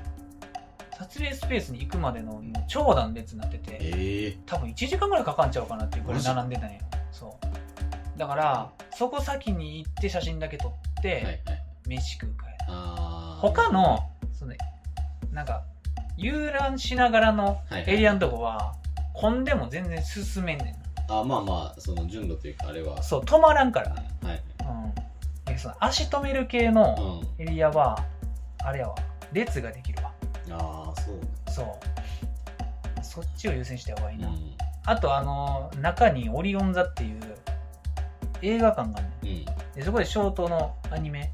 撮影スペースに行くまでのもんう長蛇の列になってて、ええ多分1時間ぐらいかかんちゃうかなっていうこれ並んでたんよそうだからそこ先に行って写真だけ撮って、はいはい。飯食うかやなあー他のそのなんか遊覧しながらのエリアのとこは混んでも全然進めんねんあまあまあその順路というかあれはなそう止まらんからはいうんでその足止める系のうんエリアはあれやわ列ができるわああそうねそうそっちを優先した方がいいな、うんあとあの中にオリオン座っていう映画館があんねんうんでそこでショートのアニメ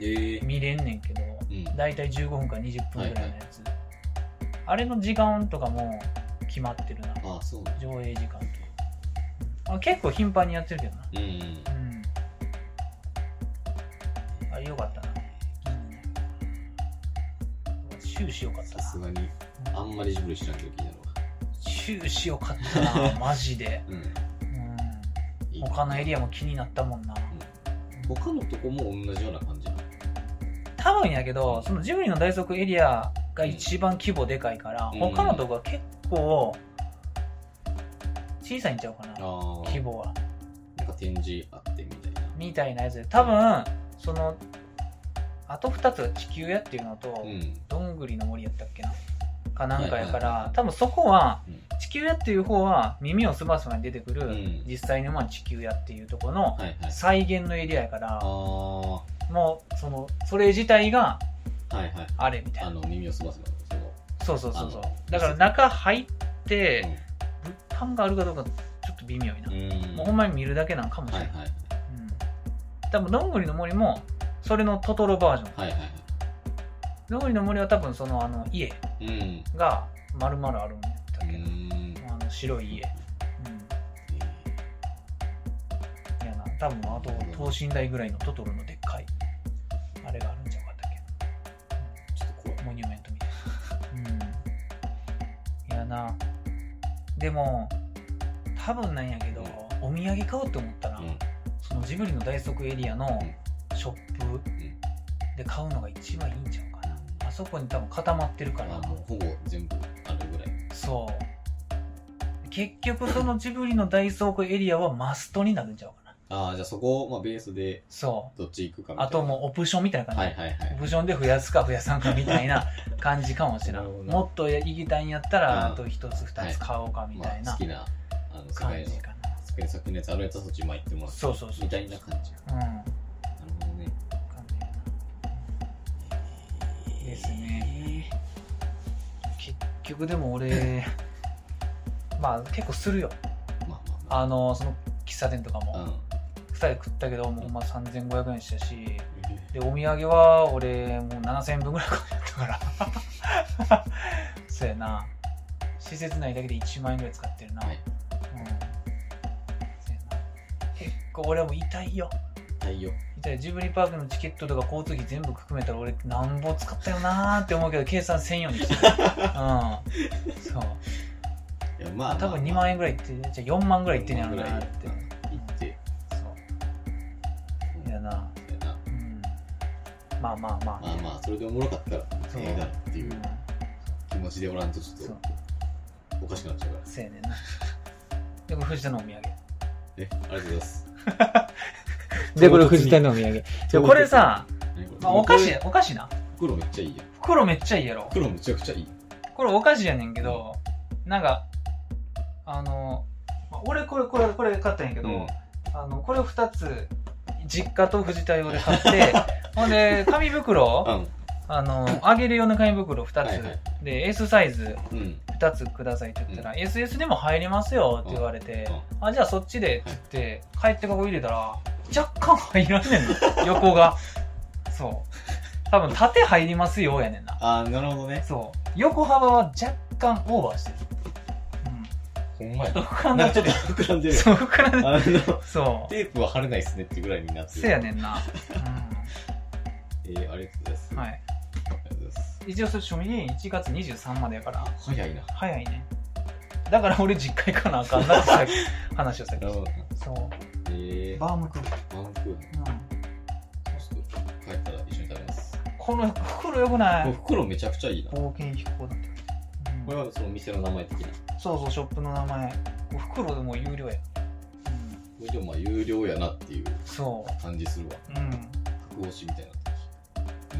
ええ見れんねんけどうん大体15分から20分ぐらいのやつ、あれの時間とかも決まってるなああそうね上映時間とかあ結構頻繁にやってるけどなうんうんうんあれよかったな終始よかったさすながにあんまりジブリ知らんけど気になるわ終始よかったなマジで、うんうん、いい他のエリアも気になったもんな他のとこも同じような感じなの多分やけどそのジブリの大足エリアが一番規模でかいから、うん他のとこは結構小さいんちゃうかなあ規模はあなんか展示あってみたいなみたいなやつで多分そのあと2つは地球屋っていうのと、うんどんぐりの森やったっけなかなんかやかはいはいはいらはい多分そこはうん地球屋っていう方は耳をすまそばに出てくる、うん実際のまあ地球屋っていうところのはいはい。再現のエリアやからあ、あ、はもうそのそれ自体がいはい。あれみたいあなの、耳をすばすばの、その、そうそうそうそあのうだから中入ってう物販があるかどうかちょっと微妙いな、ん。もうほんまに見るだけなんかもしれはないい、はうい。ん、多分どんぐりの森もそれのトトロバージョンはいはいはどんぐりの森は多分そのあの家い。うん。が丸々あるんだうけど、ん。あの白い家、うん、いやな多分あと等身大ぐらいのトトロのでっかいあれがあるんじゃなかったっけちょっと怖い。モニュメントみたいな。うん。いやな。でも、多分なんやけど、お土産買おうと思ったら、うんそのジブリの大足エリアのショップんで買うのが一番いいんちゃうかな。あそこに多分固まってるからあ、もうほぼ全部あるぐらい。そう。結局そのジブリの大倉庫エリアはマストになるんちゃうかな。ああ、じゃあそこを、まあ、ベースでそどっち行くかう。みたいな。あともうオプションみたいな感じ。はいはいはオい。プションで増やすか増やさんかみたい <laughs> な感じかもしれなないるほどなもっとやりたいんやったらうんあと一つ二つ買おうかみまたいあ、な好きな、あの、世感界のじ、か世界の作品のやつあるやつはそっち今行ってもらって、そうそうそうみたいな感じ。なるなうんほどね。感じかなですね結局でも <laughs> 俺まあ結構するよまあまあまあ。あのその喫茶店とかうもん。 2人で食ったけどもうほんま3500円したしでえお土産は俺もう7000円分ぐらい買ったから <laughs> そうやな施設内だけで1万円ぐらい使ってるな、はいうんそうやな結構俺はもう痛いよ太陽。痛いジブリパークのチケットとか交通費全部含めたら俺なんぼ使ったよなーって思うけど計算せんようにしてるうんそういや、まあ、多分2万円ぐらいいってじゃあ4万ぐらいいってんやろうなーってうん行って。そういやなそうやなうんまあまあまあまあまあ、それでおもろかったら、そうええだろっていううん気持ちでおらんと、ちょっそうと、おかしくなっちゃうから。せやねんな。で、これ藤田のお土産。え、ありがとうございます。 <laughs> で、これ藤田のお土産。これさ、何これ、まあ、お菓こ子れ、お菓子な。袋めっちゃいいやん。袋めっちゃいいやろ。袋むちゃくちゃいい。これお菓子やねんけど、なんか、あの、まあ俺これ、これ、これ買ったんやけど、うんあの、これ2つ、実家と藤田用で買 <laughs> って、ほんで、紙袋、うん。あの、あげる用の紙袋2つ、はいはいで、S サイズうん。 2つくださいって言ったら、SS でも入りますよって言われて、あ、じゃあそっちでって言って、帰ってここ入れたら、若干入らんねんの。 <laughs> 横が。そう。多分縦入りますよやねんな。ああ、なるほどね。そう。横幅は若干オーバーしてる。ほんまやうん。。膨らんなだんかちょっと膨らんでる。そう、膨らんだあの、そう。テープは貼れないっすねってぐらいになってる。せやねんな。うん。はい。えー、ありがとうございます。ありがとうございます。一応それ賞味期限1月23までやから、早いな。早いね。だから俺実家行かなあかんなってさっき話をさっき <laughs> なるほどな。そう。えー、ババームクーヘンクーヘン。ン。うん。ちょっと帰ったら一緒に食べます。この袋よくなもうい袋めちゃくちゃいいな。こ冒険飛行だって。うんれはその店の名前的な。そうそう、ショップの名前。袋でもう有料や。うん、これでもまあ有料やなっていうそ感じするわ。う。う格押しみたいになってる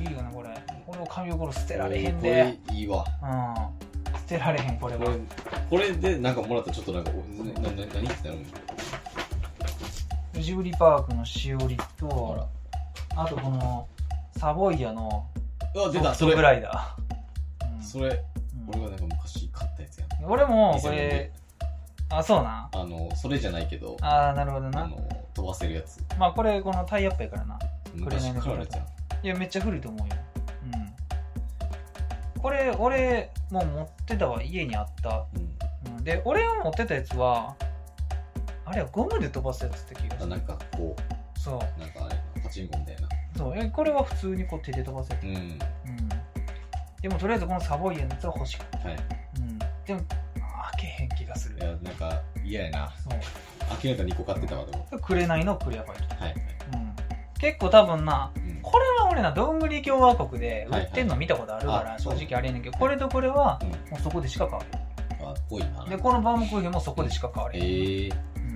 し。ん。いいよな、これ。これを紙袋捨てられへんおーで。これいいわ。うん。捨てられへん、これこは。れ、これでなんかもらったらちょっとなんか、おななな何ってなるのジブリパークのしおりほと、あとこの、サボイヤのら。あ、出ソた、フそトグれ。ライダー。うんそれ、うん俺がなんか昔買ったやつやん。俺も、こ店のねれ、あ、そうな。あの、それじゃないけど、あー、なるほどあな。の、飛ばせるやつ。まあ、これ、このタイアップやからな。昔からあるやつやん。いや、めっちゃ古いと思うよ。うん。これ、俺、もう持ってたわ、家にあった。うん。うんで、俺が持ってたやつは、あれはゴムで飛ばすやつって気があすなるん。かこ、そうなんかあれ、パチンコみたいな。う。そう。え、これは普通にこう手で飛ばすやつ。うん。うん。でも、とりあえずこのサボイエのやつは欲しかっはい。た。うん。でも、開けへん気がするい。や、なんか嫌やな。そう。明らかに2個買ってたわ、でも。くれないのクリアファイル。はい。うん。結構多分な、うん。これは俺な、どんぐり共和国で売ってんの見たことあるかはいはいら、あ正そう直あれやねんけど、これとこれは、うんもうそこでしか買わへん。あ、っぽいな。でこのバームクーヘンもそこでしか買われへん、ええー。うん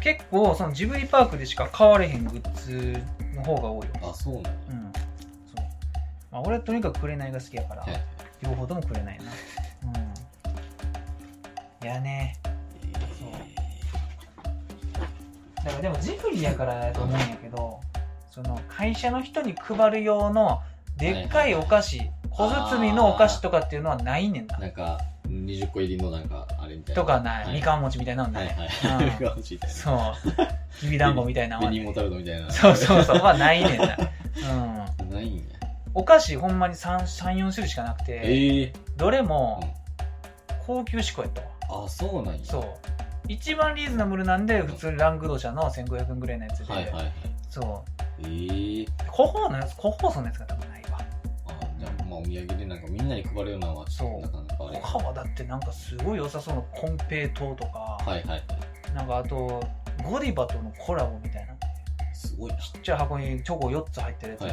結構そのジブリパークでしか買われへんグッズの方が多いよ、あ、そうなんうや。んそうまあ、俺はとにかく紅が好きやから、 <laughs> はい。両方とも紅な、うん、いやねえだからでもジブリやからやと思うんやけどその会社の人に配る用のでっかいお菓子小包みのお菓子とかっていうのはないねんなーなんか、20個入りのなんか、あれみたいな。とかない、はいみかん餅みたいなのな、はいいはい。うんが欲しいみたいな。 <laughs> そうきびだんごみたいなのは紅芋タルトみたいな。そうそうそうはないねんな、 <laughs> うん、ないんや。お菓子ほんまに34種類しかなくて、ええ。どれも高級志向やったわあ、そうなんや。そう一番リーズナブルなんで普通にラングド社の1500円ぐらいのやつで、はいはいはい。そうええ。個包のやつ個包装のやつが多分ないわあ、じゃあ、まあ、お土産でなんかみんなに配るようなのは、ちょっとなかなかあれ。他はだってなんかすごい良さそうなコンペイトーとか、はいはいはい。なんかあとゴディバとのコラボみたいなすごいな。ちっちゃい箱にチョコ4つ入ってるやつで、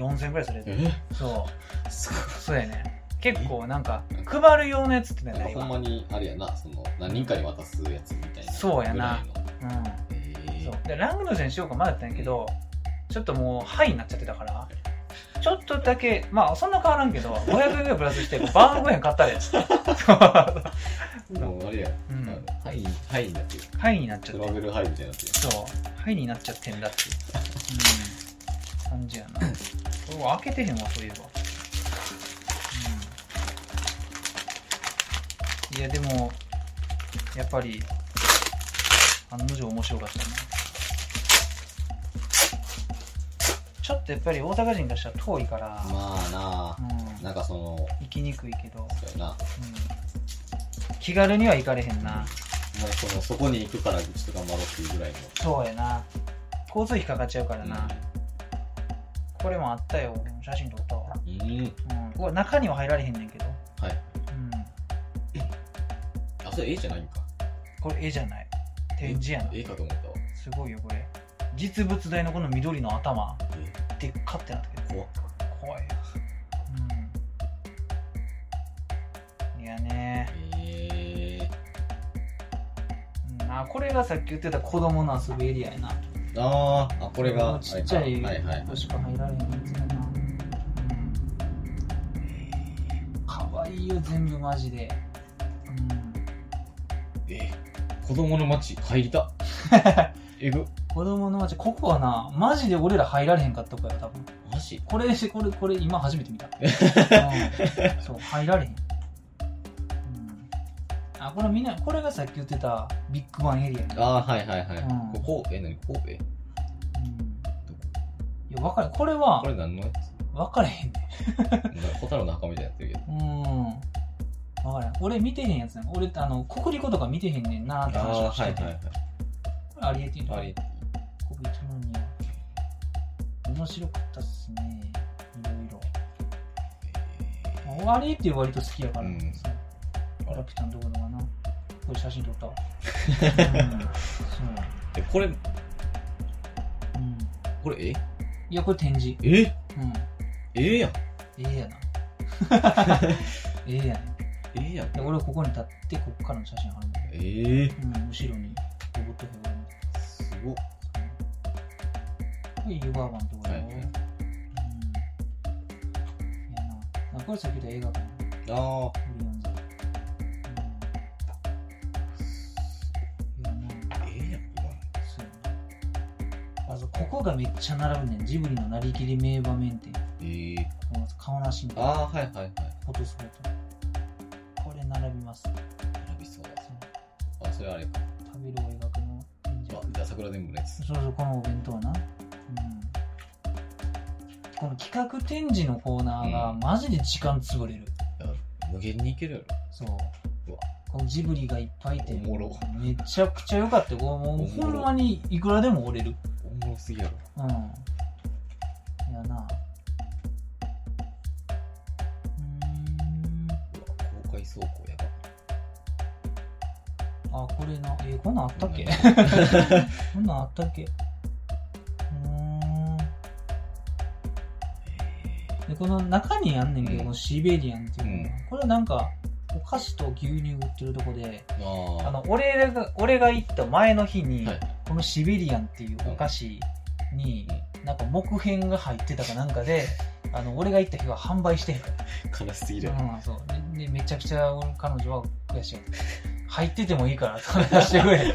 もう4000円ぐらいするやつえそすごいうそうやね結構なんか配る用のやつってねなんなかいほわんまにあれやなその何人かに渡すやつみたいなそうやなぐらいのうんえそうでラングドージャにしようか迷ったんやけど、ちょっともうはいになっちゃってたからちょっとだけまあそんな変わらんけど500円ぐらいプラスしてバウムクーヘン買ったでそうーもうあれや、ううんん、ハイハイになってるはいになっちゃトってラベルハイみたいになってるそうはいになっちゃってんだっていう、うん、感じやなこれは開けてへんわそういえば、うん、いやでもやっぱり案の定面白かったなちょっとやっぱり大阪人からしたら遠いから、まあなあうん、なんかその行きにくいけど、そうやなもうん、気軽には行かれへんな、うそのそこに行くからちょっと頑張ろうっていうぐらいのそうやな交通費かかっちゃうからな、これもあったよ写真撮ったわ、うん、うん、うん、これ中には入られへんねんけど、はいうん、あそれ A じゃないんかこれ絵じゃない展示やな A かと思ったわすごいよこれ実物大のこの緑の頭えでっかってなったけど怖っ怖いようんいやね、ええうん、あこれがさっき言ってた子供の遊ぶエリアやなー、あーあこれがあれかちっちゃいはいはい子しか入られへんやつやな、うんかわいいよ全部マジでうんえー、子供の街入りた <laughs> えぐ子供の街ここはなマジで俺ら入られへんかったとこや多分マジこれこれこれ今初め <laughs> て見た、うんそう入られへん、うん、あこれみんなこれがさっき言ってたビッグバンエリアやな、ああはいはいはい、うんここえ何神戸うん、いや分かるこれはこれ何のやつ分かれへんねなんかホタルの墓みたいになってるけどうん分からん俺見てへんやつなの俺ってあの国立とか見てへんねんなーって話をしてて、これありえてんのあれ国立のに面白かったっすねいろいろ終わりって割と好きやから、うんそうラピュタのところがなこれ写真撮った <laughs> わうんそう、えこれうん、これいやこれ展示ええうんええやんええや <laughs> なええやねええやんで俺はここに立ってこっからの写真あるんだけええど、うん、後ろにロボット兵がいるんだすごっけどで湯川湾のところだよ、はいうんいやなあこれさっき言った映画館オあリオン座うんいやなあええやんそうやなあとここがめっちゃ並ぶねんジブリのなりきり名場面店こええの顔なしみたいなああはいはいはいフォトスポットこれ並びます並びそうだそうあそれあれか食べるを描くの演者あじゃあ桜伝武のやつそうそうこのお弁当なうんこの企画展示のコーナーがうんマジで時間潰れる、無限にいけるやそううわこのジブリがいっぱいいておもろめちゃくちゃ良かったよこれもうおほもろんまにいくらでも折れるろおもろすぎやろうん。いやな。ううわ公開走行やばーん。あ、これな。えこんなんあったっけ <laughs> こんなんあったっけうーん。で、この中にあんねんけど、うんこのシベリアンっていうの、うこれはなんか、お菓子と牛乳売ってるとこで、あーあの、俺らが、俺が行った前の日に、はいこのシベリアンっていうお菓子に、なんか木片が入ってたかなんかで、あの、俺が行った日は販売してへんかった悲しすぎるやろうん、そうででめちゃくちゃ俺彼女は悔しい入っててもいいから、それ出してくれ。そう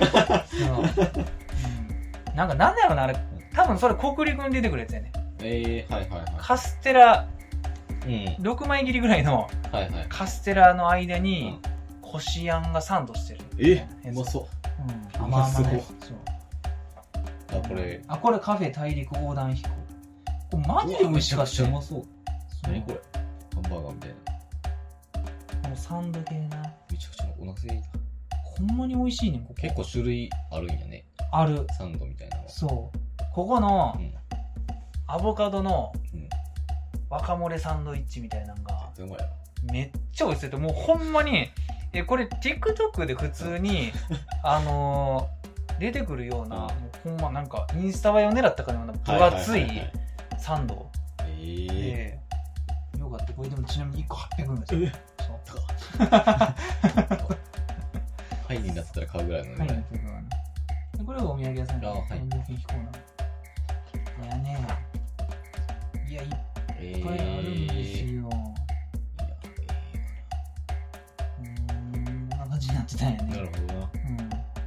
うんなんか、なんだろうな、あれ、多分それ、国陸に出てくるやつやね。えー、はいはいはカステラ、い。うん。 6枚切りぐらいのはいはい。カステラの間うにん、こしあんがサンドしてる。えうまそう。うん、う甘まそう々ね。そう。あ、これ。あ、これカフェ大陸横断飛行。これマジで美味しかったうよ。わもめちゃくちゃうまそう。何これハンバーガーみたいな。うサンド系な。めちゃくちゃお腹すいた。ほんまに美味しいねん、ここ。結構種類あるんやね。ある。サンドみたいなのは。そう。ここのうん。絶アボカドのうん若漏れサンドイッチみたいなのが対うまいやろ。めっちゃ美味しいてもうほんまに、え、これ TikTok で普通 <laughs> に、あのー出てくるような、もうんうほんまなんかインスタ映えを狙ったかのような分厚いサンドはははえで、よかった。これでもちなみに1個800円ぐらいえですそう。ー。ハイになったら買うぐらいのはい、ね。これがお土産屋さんで、あはい全然非コーナー。いやね、いや、いっえぱいあるんでいすやよ。えうーん、こんな感じになってたんやーなるね。ほどな。うん。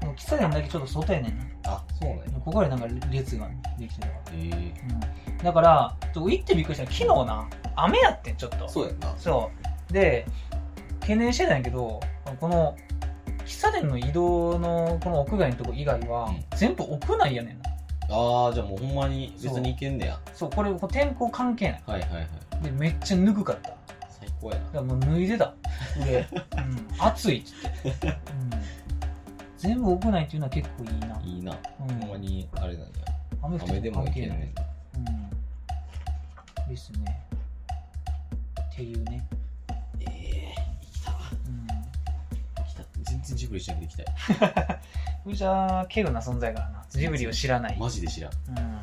でも喫茶店だけちょっと外やねんな。あ、そうなんや。ここでなんか列ができてたかえー。ら。うん。だから、ちょっと行ってびっくりした。昨日な、雨やってん、ちょっと。そうやんな。そう。で、懸念してたんやけど、この、喫茶店の移動のこの屋外のとこ以外は、うん全部屋内やねんな。ああ、じゃあもうほんまに別にいけんねや。そう、これ、これ天候関係ない。はいはいはい。で、めっちゃぬくかった。だか最高やな。らもう脱いでた、 <laughs> 上。うん、暑いっつって。うん、全部屋内っていうのは結構いいな。いいな。うん、ほんまに、あれなんや。雨降って雨でももい関け係んない。ねうん。ですね。っていうね。ん。ええー、来たわ。うん。来た。全然ジブリしなくて行きたい。うじゃあ、ケグな存在からな。ジブリを知らない。マジで知らん。うん。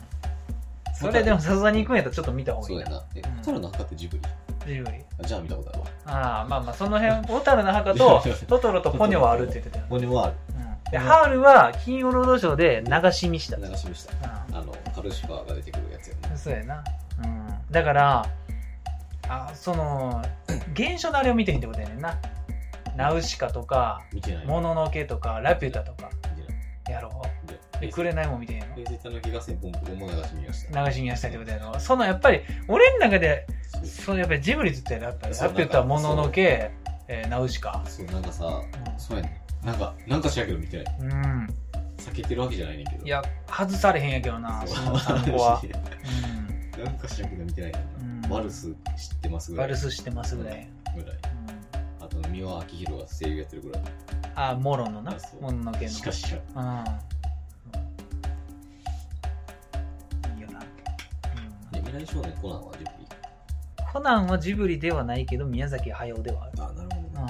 それでもさすがに行くんやったらちょっと見た方がいそいうやな。な。え、うんホタルの墓ってジブリジブリ。あじゃあ見たことあるわ。ああ、まあまあ、その <laughs> 辺、小樽の墓と、トトロとポニョはあるって言ってた <laughs> よね。これはある。うんで、ハウルは金曜ロードショーで流し見した。流し見した。うあの、カルシファーが出てくるやつやね。ん、そうやな。うん。だから、あその、現象のあれを見てへんってことやねんな。ナウシカとか、見てない。もののけとか、ラピュタとか、見てない。やろ見てう。なで、い。くれないもん見てへんのレ。ゼタの気がせんポンポコも流し見ました。流し見やしたってことやろ。その、やっぱり、俺の中で、そうその、やっぱりジブリって言ったら、やっぱり、そうラピュタ、もののけ、えーナウシカ。そう、なんかさ、うんそうやねん。なんか、なんかしらんけど見てない。うん。避けてるわけじゃないねんけど。い、や、外されへんやけどな、そう。その参考は <laughs> なんかしらんけど見てないねんな。うんワルス知ってますうん。ぐらバい。ルスしてますぐらい。ぐらうい。んあと、三輪明宏が声優やってるぐらい。あ、モロのなあそ、うモノのけの。しかしらん。うん。いいよな。うんね未来少年コナンはジブリ。コナンはジブリではないけど、宮崎駿ではある。あ、なるほどう。ん。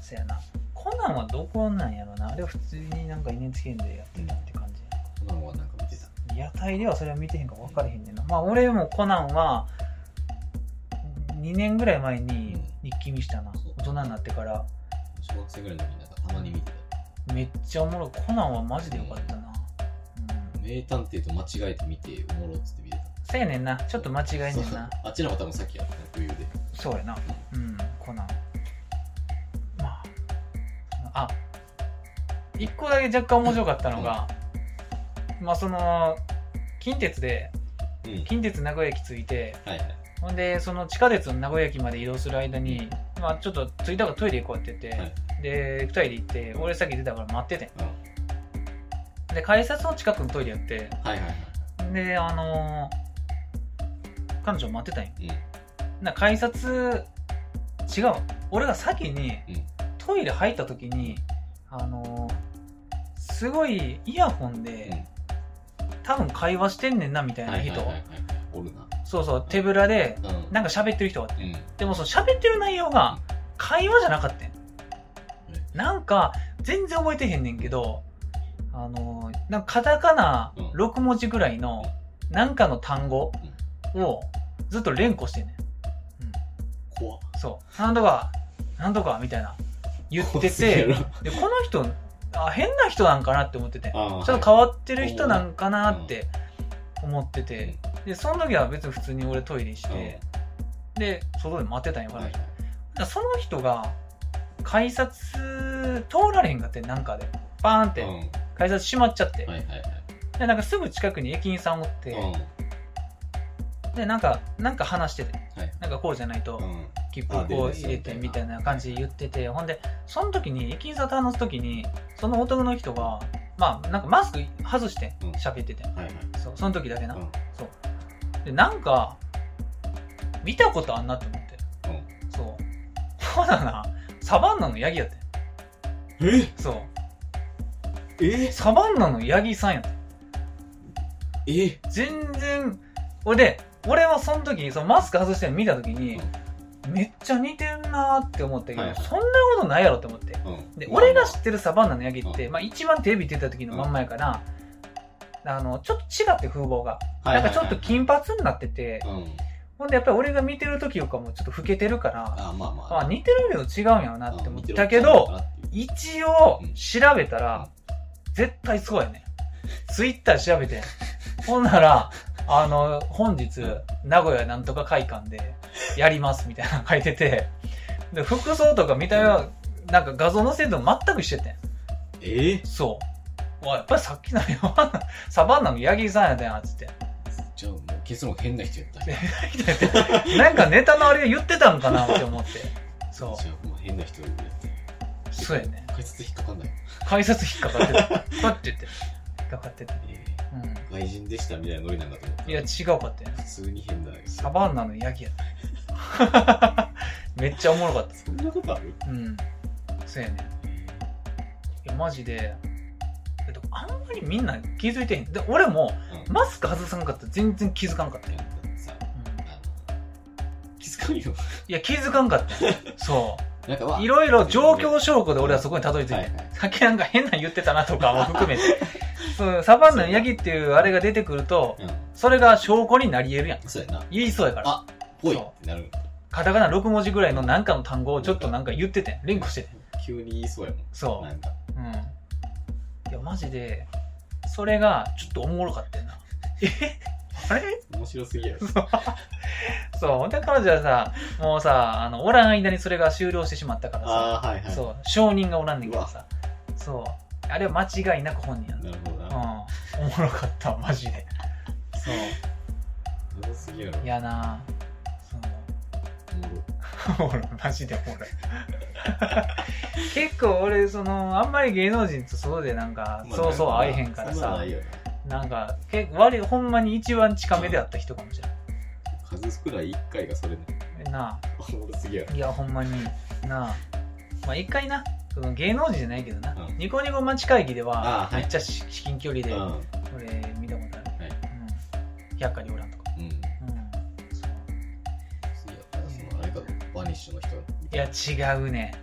そやな。コナンはどこなんやろな。あれは普通になんか NHK でやってたって感じ。コナンはなんか見てた。屋台ではそれは見てへんから分からへんねんな。まあ俺もコナンは2年ぐらい前に一気見したなそう。大人になってから。小学生ぐらいの時になんかたまに見てた。めっちゃおもろい。コナンはマジでよかったな。うん。名探偵と間違えて見て、おもろっつって見てた。せやねんな。ちょっと間違えんねんそうな。あっちの方が多分さっきやったな余裕で。そうやな。うん、コナン。まあ。あ、一個だけ若干面白かったのが、まあその、近鉄で、うん。近鉄名古屋駅着いて、はいはい。ほんで、その地下鉄の名古屋駅まで移動する間に、まあちょっと着いたからトイレ行こうって言って、はいで、二人で行って、俺先出たから待っててうんん。で、改札の近くのトイレやって、はいはいはで、あのー彼女待ってたんよ。い。な、改札、違うわ。俺が先にうん、トイレ入った時に、あのーすごいイヤホンうん。で、う多分会話してんねんな、みたいん。はないはい人。はいはい。おるな。そうそう、手ぶらで、うん。なんか喋ってる人がうん。でもその喋ってる内容が会話じゃなかったんなんか全然覚えてへんねんけど、あのーなんかカタカナうん6文字ぐらいのなんかの単語をずっと連呼してんね怖っ。ん。そう。なんとか、なんとかみたいな言 <laughs> って怖すぎやて、ろで、この人、あ、変な人なんかなって思ってて、ちあょーっと変わってる人なんかなって思ってて、で、その時は別に普通に俺トイレして、で、外で待ってたんよ、こはのいは人い。だからその人が改札察通られへんかってなんかでバーンっうんてはい改札閉まっちゃって、はいはいでなんかすぐ近くに駅員さんおって、うんでなんかなんか話してて、はいなんかこうじゃないとうん切符あ出こうるんです入よれてみたいな感じで言っててほんでその時に駅員さんと話す時にその男の人がまあなんかマスク外してうん喋ってて、はいはいそうその時だけな、うんそうでなんか見たことあんなと思って、そうほらなサバンナのヤギやってえそうえサバンナのヤギさんやってえ全然俺で俺はその時にそのマスク外してるの見た時に、めっちゃ似てんなーって思ったけど、はいはいそんなことないやろって思ってうんで俺が知ってるサバンナのヤギって、まあ、一番テレビ出た時のまんまやから、あのちょっと違って風貌が、はいはいなんかちょっと金髪になってて、はいうんほんでやっぱり俺が見てる時よりかもちょっと老けてるからあまあまああ似てるけど違うんやろなって思ったけうどん一応うん調べたら、絶対そうやねツイッター調べてほんならあの本日うん名古屋なんとか会館でやりますみたいなの書いててで服装とか見た目はなんか画像載せるの全くしててんえそううわやっぱりさっきのよサバンナのヤギさんやでなっつって <laughs> じゃあもう消すの変な人やったんやなんかネタのあれ言ってたんかなって思ってそじゃあもう変な人やったんやうそうやね解説引っかかんない改札引っかかってたパッて言って引っかかってたえうー外人でしたみたいなノリなんだと思ったんいや違うかったよ普通に変だよサバンナのヤギやった。 <laughs> めっちゃおもろかっそんなことあるた。うん。そうやねん。いや、マジで。えっと、あんまりみんな気づいてへん。で、俺もうんマスク外さんかったら全然気づかんかったよ。なんかさうんあの気づかんよいや、気づかんかったよ。そなんかはう。いろいろ状況証拠で俺はそこにたどり着いはいて。はいさっきなんか変なん言ってたなとかも含 <laughs> めて。そうサバンナのヤギっていうあれが出てくると、うんそれが証拠になり得るやん。そうやな言いそうやから。あぽいってなるカタカナ6文字ぐらいの何かの単語をちょっとなんか言っててん連呼しててん急に言いそうやもそんなんかううんいやマジでそれがちょっとおもろかったよなえ <laughs> あれ面白すぎやろそうほんで彼女はさもうさあのおらん間にそれが終了してしまったからさああはいはいそう証人がおらんねんけどさそうあれは間違いなく本人やななるほどうんなおもろかったマジでそう面白すぎやろいやなそう <laughs> おおもろもろいマジでおもろい結構俺そのあんまり芸能人とそうでなんかまあそうそう会えへんからそんなのさないよねなんか結構割りほんまに一番近めであった人かもしれない数少ない一回がそれねなおもろすぎやろあいやほんまになあまあ一回なその芸能人じゃないけどな、うんニコニコ待ち会議ではあーはめいっちゃし至近距離うでんうん俺見たことある、はいうん、百科におらんとか、うん、そうすげえだからそのあれかバニッシュの人みいたいや違うね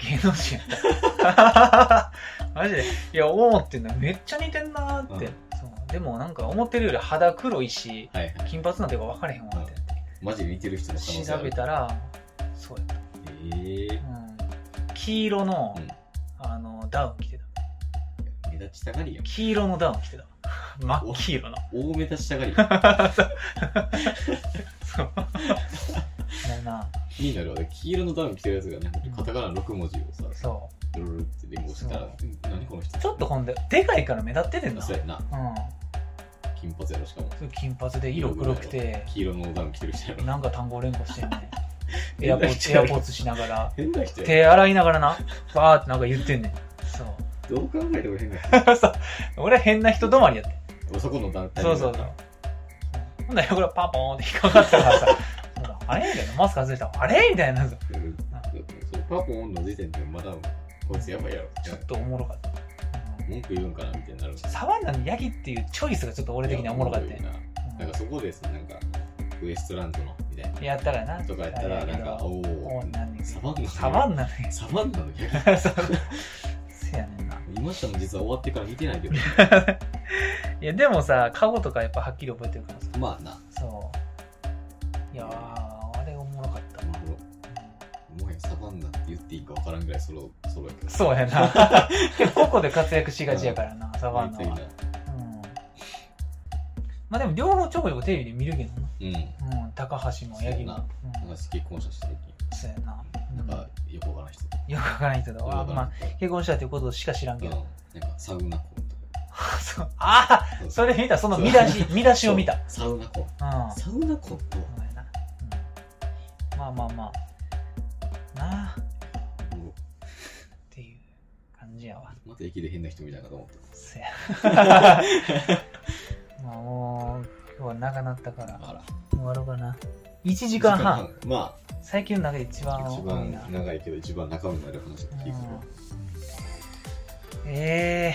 芸能人やった <laughs> マジでいや思ってんのめっちゃ似てんなーって、うんそうでもなんか思ってるより肌黒いしなはいはい金髪なんていうか分からへんわって、マジで似てる人の可能性あ <laughs> 調べるたらそうやっええた、うん、黄色の,、うんあのダウン着てた目立ちたがりやん黄色のダウン着てた真っ黄色の大目立ちたがりやん <laughs> そうだよなになるわね黄色のダウン着てるやつがねカタカナ6文字をさそルルルって連合したら何この人うちょっとほんででかいから目立っててんあなそうやなうん金髪やろしかもそう金髪で色黒くて黄色のダウン着てる人やろなんか単語連呼してんね <laughs> エアポめっーちエゃアポーツしながら変な人や手洗いながらなバーってなんか言ってんねんそうどう考えても変な人そう俺は変な人止まりやってそこの団体そうそうそうほんならこれパンポーンって引っかかったからさそうだあれみたいなマスク外れたらあれみたいなさうんそのパポンの時点でまだこいつやばいやろちょっとおもろかった、うん文句言うんかなみたいになるサバンナのヤギっていうチョイスがちょっと俺的にはおもろかったよいやうなんんかそこでさなんかウエストランドのみたいなやったらなとかやったらなんかおおおおなんねんけどサバサバンンナナのやサバンナの逆つそうせやねんな今下も実は終わってから見て <laughs> ないけどいやでもさカゴとかやっぱはっきり覚えてるからさまあなそういやーあれおもろかった <laughs> まあもはやサバンナって言っていいか分からんぐらいソロソロやからそうやな結構ここで活躍しがちやからなサバンナは、うん、まあでも両方ちょこちょこテレビで見るけどうんなんかな、うん、高橋もヤギも結婚したし最うんそうやな,、近なんか横から人とうんよくわからん人だ。よく俺あわんからんま結婚したっていうことしか知らんうけんど。なんかサウナコンと <laughs> かそうあそあうそれ見た、その見出し、 <laughs> 見出しを見た。サウナコンうん。サウナコンそとうやな。うんまあまあまあ。なあ、っていう感じやわ。また駅で変な人みたいなかと思ってそや。 <laughs> まあもう、今日は長なったから、あら終わろうかな。1時間半。一時ま最近の中で一番あ多一いな番。長いけど一番中身のある話が聞くええ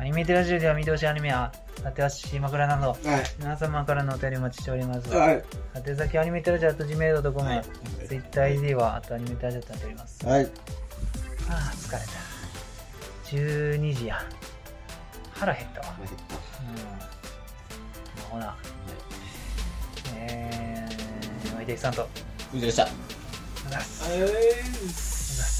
アニメテラジオでは見通しアニメやてはし枕などはい皆様からのお便りお待ちしております。はい宛先はアニメテラジオと gmail.com、はい TwitterID はあとアニメテラジオとなっております。はいああ、疲れた。12時や。腹減ったわ。まあ減っうたん。ほな、はいえー、おいできさんと、ありがとう以上でしたございます。ありがとうえーございます。